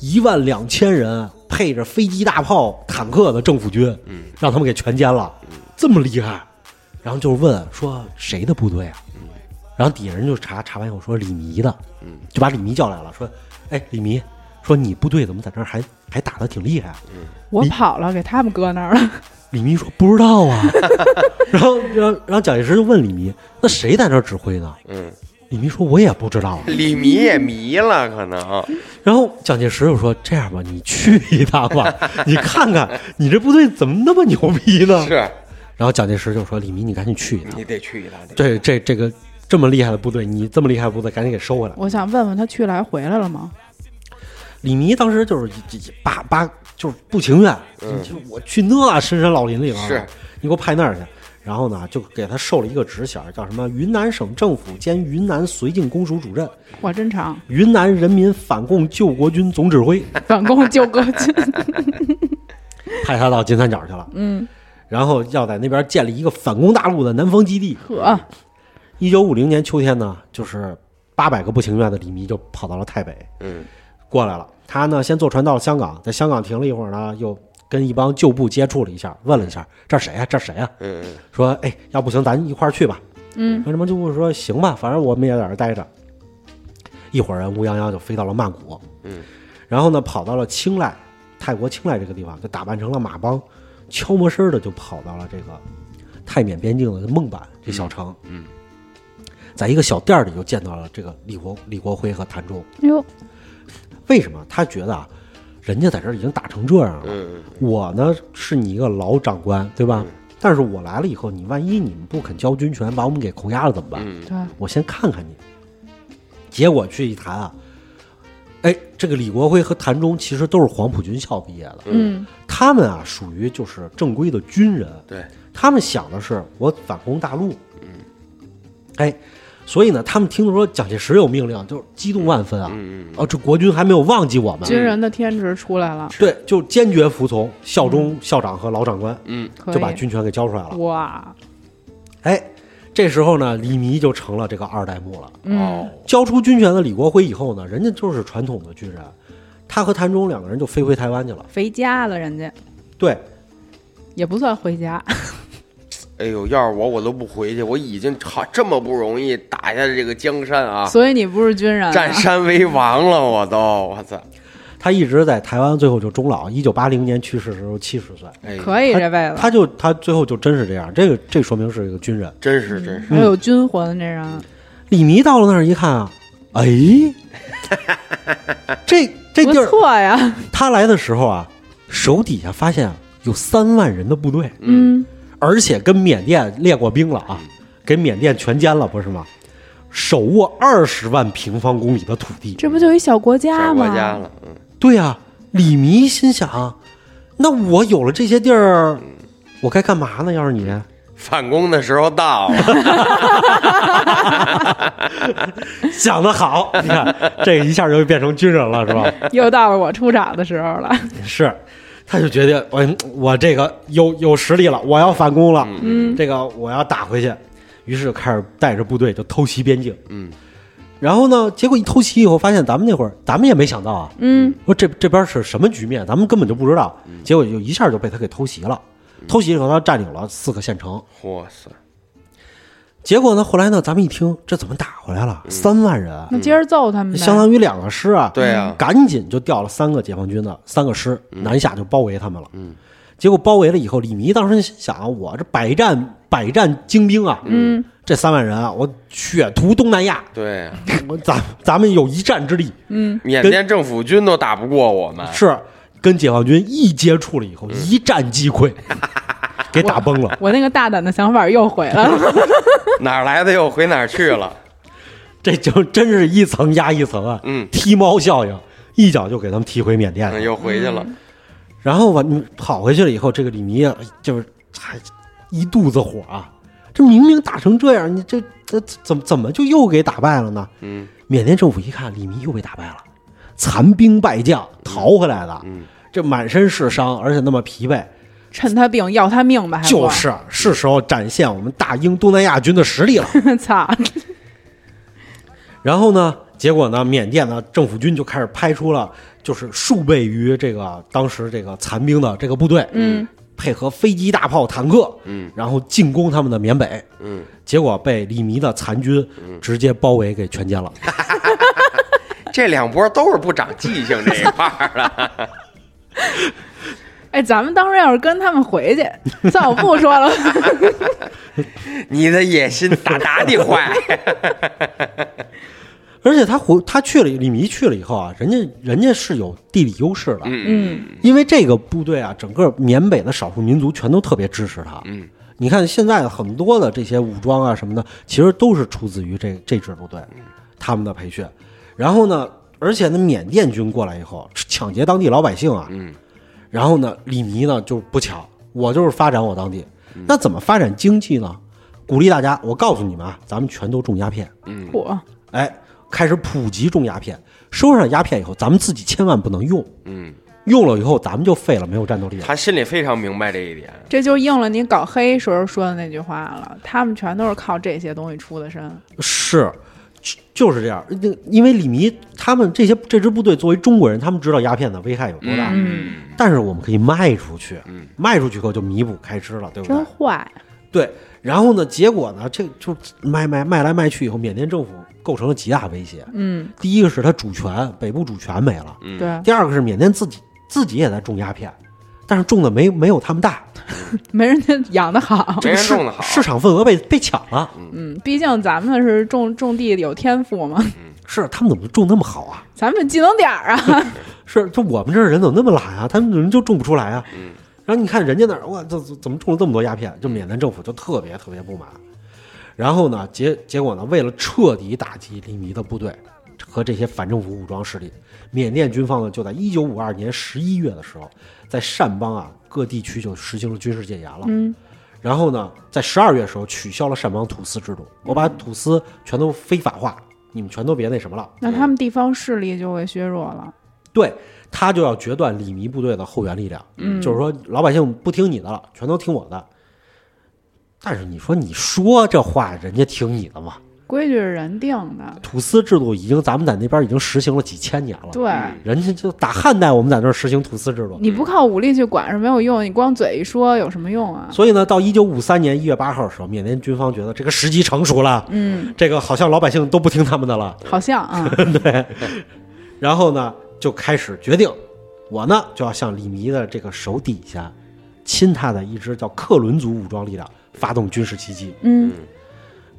一万两千人，配着飞机、大炮、坦克的政府军，嗯，让他们给全歼了，这么厉害。然后就问说谁的部队啊？然后底下人就查查完以后说李弥的，嗯，就把李弥叫来了，说，哎，李弥，说你部队怎么在这儿还还打得挺厉害啊？
我
你
跑了，给他们搁那儿了，
李弥说不知道啊， [laughs] 然后然后然后蒋介石就问李弥，那谁在那儿指挥呢？
嗯，
李弥说我也不知道啊。
李迷也迷了，可能，
然后蒋介石就说这样吧，你去一趟吧， [laughs] 你看看你这部队怎么那么牛逼呢？
是
然后蒋介石就说李弥，你赶紧去一趟。
你得去一趟，得
这这这个这么厉害的部队，你这么厉害的部队，赶紧给收回来。
我想问问他去来回来了吗？
李尼当时就是一一八八，就是不情愿，
嗯
就我去那深山老林里边儿，
是
你给我派那儿去。然后呢，就给他授了一个职衔儿，叫什么云南省政府兼云南绥靖公署主任、
我真
[laughs]
长，
云南人民反共救国军总指
[laughs]
挥，
反共救国 [laughs] 军。
派他到金三角去了。
嗯，
然后要在那边建立一个反攻大陆的南方基地。
呵，
一九五零年秋天呢，就是八百个不情愿的李弥就跑到了太北，
嗯，
过来了。他呢，先坐船到了香港，在香港停了一会儿呢，又跟一帮旧部接触了一下，问了一下这谁呀、啊这谁呀、
嗯嗯
说哎，要不行，咱一块儿去吧。
嗯，
为什么就不说行吧？反正我们也在这儿待着。一会儿人乌泱泱就飞到了曼谷，
嗯，
然后呢，跑到了清莱，泰国清莱这个地方，就打扮成了马帮，悄没声儿的就跑到了这个泰缅边境的孟板这小城，
嗯
在一个小店儿里就见到了这个李国李国辉和谭忠。
哟，
为什么？他觉得啊，人家在这儿已经打成这样了，
嗯
我呢是你一个老长官，对吧？但是我来了以后，你万一你们不肯交军权，把我们给扣押了怎么办？
嗯，
对，
我先看看你。结果去一谈啊，哎，这个李国辉和谭忠其实都是黄埔军校毕业的，
嗯
他们啊属于就是正规的军人，
对，
他们想的是我反攻大陆，嗯，哎，所以呢，他们听说蒋介石有命令，就激动万分啊，
嗯嗯
哦，这国军还没有忘记我们，
军人的天职出来了，
对，就坚决服从效忠校长和老长官，
嗯
可以
就把军权给交出来了。
哇，
哎，这时候呢，李弥就成了这个二代目了。
嗯，
嗯，
哦，
交出军权的李国辉以后呢，人家就是传统的军人，他和谭忠两个人就飞回台湾去了。
回家了，人家
对，
也不算回家，
哎呦，要是我我都不回去，我已经好这么不容易打下这个江山啊，
[laughs] 所以你不是军人啊，
占山为王了，我都，我操，
他一直在台湾，最后就终老。一九八零年去世的时候七十岁，
哎，
可以
他
这辈子，
他就他最后就真是这样。这个这说明是一个军人。
真是真是，
还有军魂这人，啊
李弥到了那儿一看啊，哎，这这
不
地儿，
错呀，
他来的时候啊，手底下发现啊有三万人的部队。
嗯，
而且跟缅甸列过兵了啊，给缅甸全歼了，不是吗？手握二十万平方公里的土地，
这不就一小国家
小
吗？
[laughs]
国家了，嗯，
对啊，李弥心想，那我有了这些地儿，我该干嘛呢？要是你，
反攻的时候到
[laughs]
了，
想得好， [laughs] 你看这一下就变成军人了，是吧？
[laughs] 又到了我出场的时候了，
是，他就决定，我我这个有有实力了，我要反攻了，
嗯
这个我要打回去。于是就开始带着部队就偷袭边境，
嗯，
然后呢，结果一偷袭以后，发现咱们那会儿咱们也没想到啊，
嗯，
说这这边是什么局面，咱们根本就不知道，结果就一下就被他给偷袭了。
嗯
偷袭以后，他占领了四个县城。
哇塞，
结果呢，后来呢，咱们一听这怎么打回来了？
嗯
三万人，
那接着揍他们呗，
相当于两个师啊。
对啊
赶紧就调了三个解放军的三个师南下，就包围他们了。
嗯，
结果包围了以后，李弥当时心想，我这百战百战精兵啊，
嗯，
这三万人啊，我血屠东南亚， [laughs]
对啊，
我咱咱们有一战之力。
嗯
缅甸政府军都打不过
[laughs]
我们，
是跟解放军一接触了以
嗯
后，一战击
[laughs]
溃，给打崩了。
我那个大胆的想法又回来
[laughs]
了，
哪儿来的又回哪儿去了，
这就真是一层压一层啊！
嗯
踢猫效应，一脚就给他们踢回缅甸
嗯
了。
又回去了，
然后吧，你跑回去了以后，这个李弥啊，就是还一肚子火啊！这明明打成这样，你这这这怎么怎么就又给打败了呢？
嗯
缅甸政府一看，李弥又被打败了，残兵败将逃回来的，
嗯
这满身是伤，而且那么疲惫，
趁他病要他命吧，还不
就是是时候展现我们大英东南亚军的实力了。
[laughs] 操，
然后呢，结果呢，缅甸呢政府军就开始派出了就是数倍于这个当时这个残兵的这个部队，
嗯，
配合飞机、大炮、坦克，
嗯，
然后进攻他们的缅北，
嗯，
结果被李弥的残军直接包围给全歼了。
这两波都是不长记性这一块儿的，
哎，咱们当时要是跟他们回
[laughs]
去，算我不说了，
你的野心大大的
[laughs]
坏，
而且他回他去了李弥去了以后啊，人家人家是有地理优势的，
嗯
嗯
因为这个部队啊，整个缅北的少数民族全都特别支持他，
嗯，
你看现在很多的这些武装啊什么的，其实都是出自于这这支部队
嗯
他们的培训。然后呢，而且呢，缅甸军过来以后抢劫当地老百姓啊，
嗯，
然后呢，李弥呢就不抢，我就是发展我当地。
嗯
那怎么发展经济呢？鼓励大家，我告诉你们啊，咱们全都种鸦片，
[laughs] 嚯，
哎，开始普及种鸦片，收上鸦片以后，咱们自己千万不能用，
嗯，
用了以后咱们就废了，没有战斗力了。
他心里非常明白这一点。
这就应了你搞黑时候说的那句话了，他们全都是靠这些东西出的身。
是，就就是这样。那因为李弥他们这些这支部队作为中国人，他们知道鸦片的危害有多大，
嗯，
但是我们可以卖出去，
嗯
卖出去后就弥补开支了，对不对
真？坏，
对。然后呢，结果呢，这就卖卖卖来卖去以后，缅甸政府构成了极大威胁。
嗯，
第一个是它主权，北部主权没了；
嗯，
对，
第二个是缅甸自己自己也在种鸦片，但是种的没没有他们大，
没人家养的好。
没人
市
种的好，啊
市场份额被被抢了。
嗯，毕竟咱们是种种地有天赋嘛， [laughs]
是他们怎么种那么好啊？
咱们技能点儿啊。
是，就我们这儿人怎么那么懒啊？他们人就种不出来啊。
嗯
然后你看人家那儿，哇，这这怎么种了这么多鸦片？就缅甸政府就特别特别不满。然后呢，结结果呢，为了彻底打击李弥的部队和这些反政府武装势力，缅甸军方呢就在1952年11月的时候，在善邦啊各地区就实行了军事戒严了。
嗯，
然后呢，在12月的时候取消了善邦土司制度，我把土司全都非法化，你们全都别那什么了。
[laughs] 那他们地方势力就会削弱了。
对他就要决断李弥部队的后援力量，
嗯
就是说老百姓不听你的了，全都听我的。但是你说你说这话，人家听你的吗？
规矩是人定的，
土司制度已经咱们在那边已经实行了几千年了，
对。
嗯
人家就打汉代我们在那儿实行土司制度，
你不靠武力去管是没有用，你光嘴一说有什么用啊？
所以呢，到一九五三年一月八号的时候，缅甸军方觉得这个时机成熟了，
嗯，
这个好像老百姓都不听他们的了，
好像啊，
然后呢就开始决定，我呢就要向李弥的这个手底下亲他的一支叫克伦族武装力量发动军事袭击。
嗯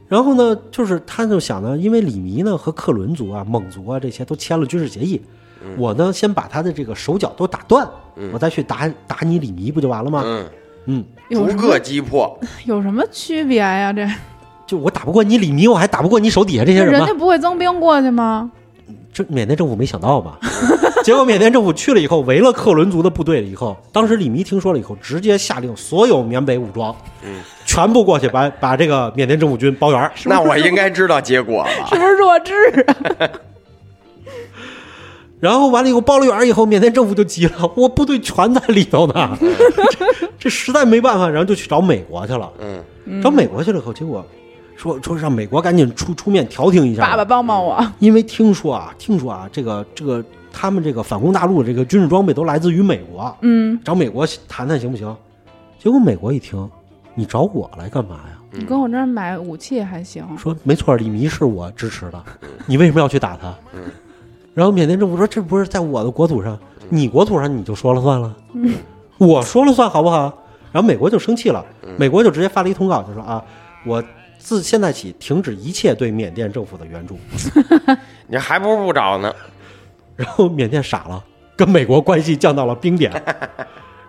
然后呢，就是他就想呢，因为李弥呢和克伦族啊、蒙族啊这些都签了军事协议，我呢先把他的这个手脚都打断，我再去打打你李弥不就完了吗？
嗯，
嗯，
有
逐
什么
个击破，
有什么区别呀、这
就我打不过你李弥，我还打不过你手底下这些
那
人
人
吗
家？不会增兵过去吗？
这缅甸政府没想到吧？ [laughs] 结果缅甸政府去了以后，围了克伦族的部队了以后，当时李弥听说了以后，直接下令所有缅北武装，
嗯
全部过去把 [laughs] 把这个缅甸政府军包圆儿。
那我应该知道结果
是
了。
不是弱智啊？
然后完了以后包了圆儿以后，缅甸政府就急了，我部队全在里头呢，这这实在没办法，然后就去找美国去了。
嗯，
找美国去了以后，结果说说让美国赶紧出出面调停一下吧，
爸爸帮帮我！
因为听说啊，听说啊，这个这个他们这个反攻大陆的这个军事装备都来自于美国，
嗯，
找美国谈谈行不行？结果美国一听，你找我来干嘛呀？
你跟我这儿买武器还行，
说没错，李弥是我支持的，你为什么要去打他？然后缅甸政府说这不是在我的国土上，你国土上你就说了算了， [laughs] 我说了算好不好？然后美国就生气了，美国就直接发了一通告，就说啊，我自现在起停止一切对缅甸政府的援助。
你还不如不找呢。
然后缅甸傻了，跟美国关系降到了冰
[laughs]
点。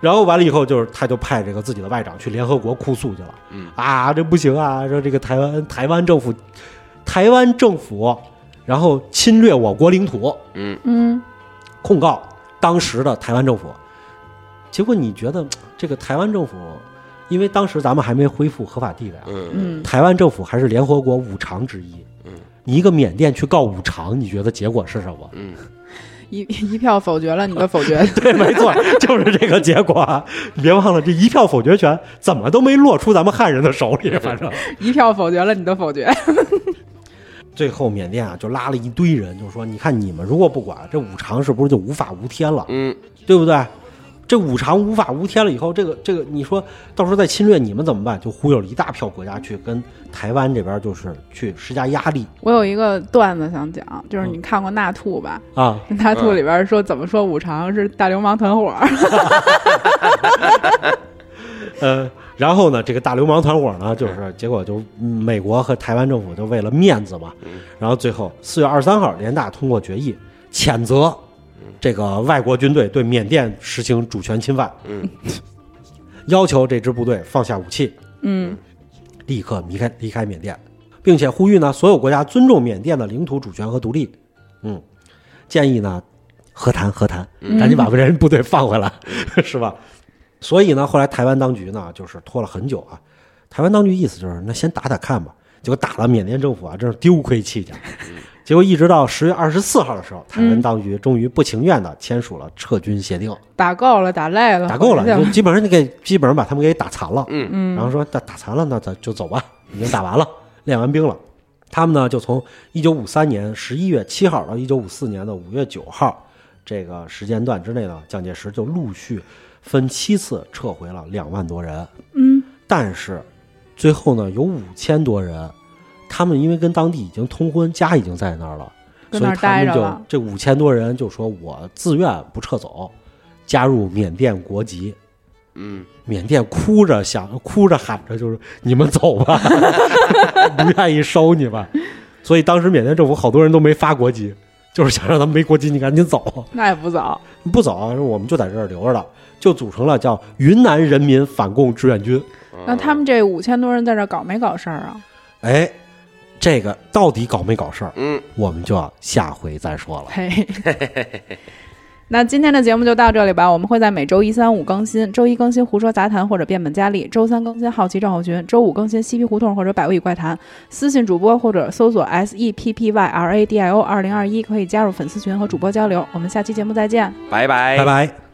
然后完了以后，就是他就派这个自己的外长去联合国哭诉去了。
嗯
啊，这不行啊！说这个台湾台湾政府，台湾政府，然后侵略我国领土，
嗯，
嗯，
控告当时的台湾政府。结果你觉得这个台湾政府，因为当时咱们还没恢复合法地位啊，
嗯，
嗯，
台湾政府还是联合国五常之一。
嗯，
你一个缅甸去告五常，你觉得结果是什么？
嗯，
一一票否决了你的否决， [laughs]
对，没错， [laughs] 就是这个结果啊。你别忘了，这一票否决权怎么都没落出咱们汉人的手里，反正。
一票否决了你的否决。
[laughs] 最后缅甸啊，就拉了一堆人，就说：“你看你们如果不管，这五常是不是就无法无天了？
嗯，
对不对？这五常无法无天了以后，这个这个，你说到时候再侵略你们怎么办？就忽悠了一大票国家去跟台湾这边就是去施加压力
我有一个段子想讲，就是
嗯
你看过《纳兔》吧？
啊。
《纳兔》里边说怎么说五常是大流氓团伙
[laughs]
儿，
呃，然后呢，这个大流氓团伙呢，就是结果就嗯美国和台湾政府就为了面子嘛，然后最后四月二十三号，联大通过决议，谴责这个外国军队对缅甸实行主权侵犯，
嗯，
要求这支部队放下武器，
嗯
立刻离开离开缅甸，并且呼吁呢所有国家尊重缅甸的领土主权和独立。嗯，建议呢和谈和谈，赶紧把人部队放回来， [laughs] 是吧？所以呢，后来台湾当局呢就是拖了很久啊。台湾当局意思就是那先打打看吧，结果打了缅甸政府啊，真是丢盔弃甲。结果一直到十月二十四号的时候，台湾当局终于不情愿的签署了撤军协定。
打够了，打累了，
打够了，
回去
就
吧
基本上就给基本上把他们给打残了。
嗯
嗯，然后说打打残了，那咱就走吧，已经打完了，练完兵了。他们呢，就从一九五三年十一月七号到一九五四年的五月九号这个时间段之内呢，蒋介石就陆续分七次撤回了两万多人。
嗯，
但是最后呢，有五千多人，他们因为跟当地已经通婚，家已经在那儿了，
跟
所
那儿
以他
待
们
着
就
了。
这五千多人就说我自愿不撤走，加入缅甸国籍。
嗯，
缅甸哭着想哭着喊着就是你们走吧， [laughs] 不愿意收你们，所以当时缅甸政府好多人都没发国籍，就是想让他们没国籍，你赶紧走，
那也不早，
不走啊我们就在这儿留着了，就组成了叫云南人民反共志愿军。
嗯
那他们这五千多人在这儿搞没搞事儿啊？
哎，这个到底搞没搞事儿，
嗯，
我们就要下回再说了。
嘿，那今天的节目就到这里吧。我们会在每周一、三、五更新，周一更新《胡说杂谈》或者《变本加厉》，周三更新《好奇症候群》，周五更新《嬉皮胡同》或者《百味与怪谈》。私信主播或者搜索 S E P P Y R A D I O 二零二一，可以加入粉丝群和主播交流。我们下期节目再见。
拜拜
拜拜。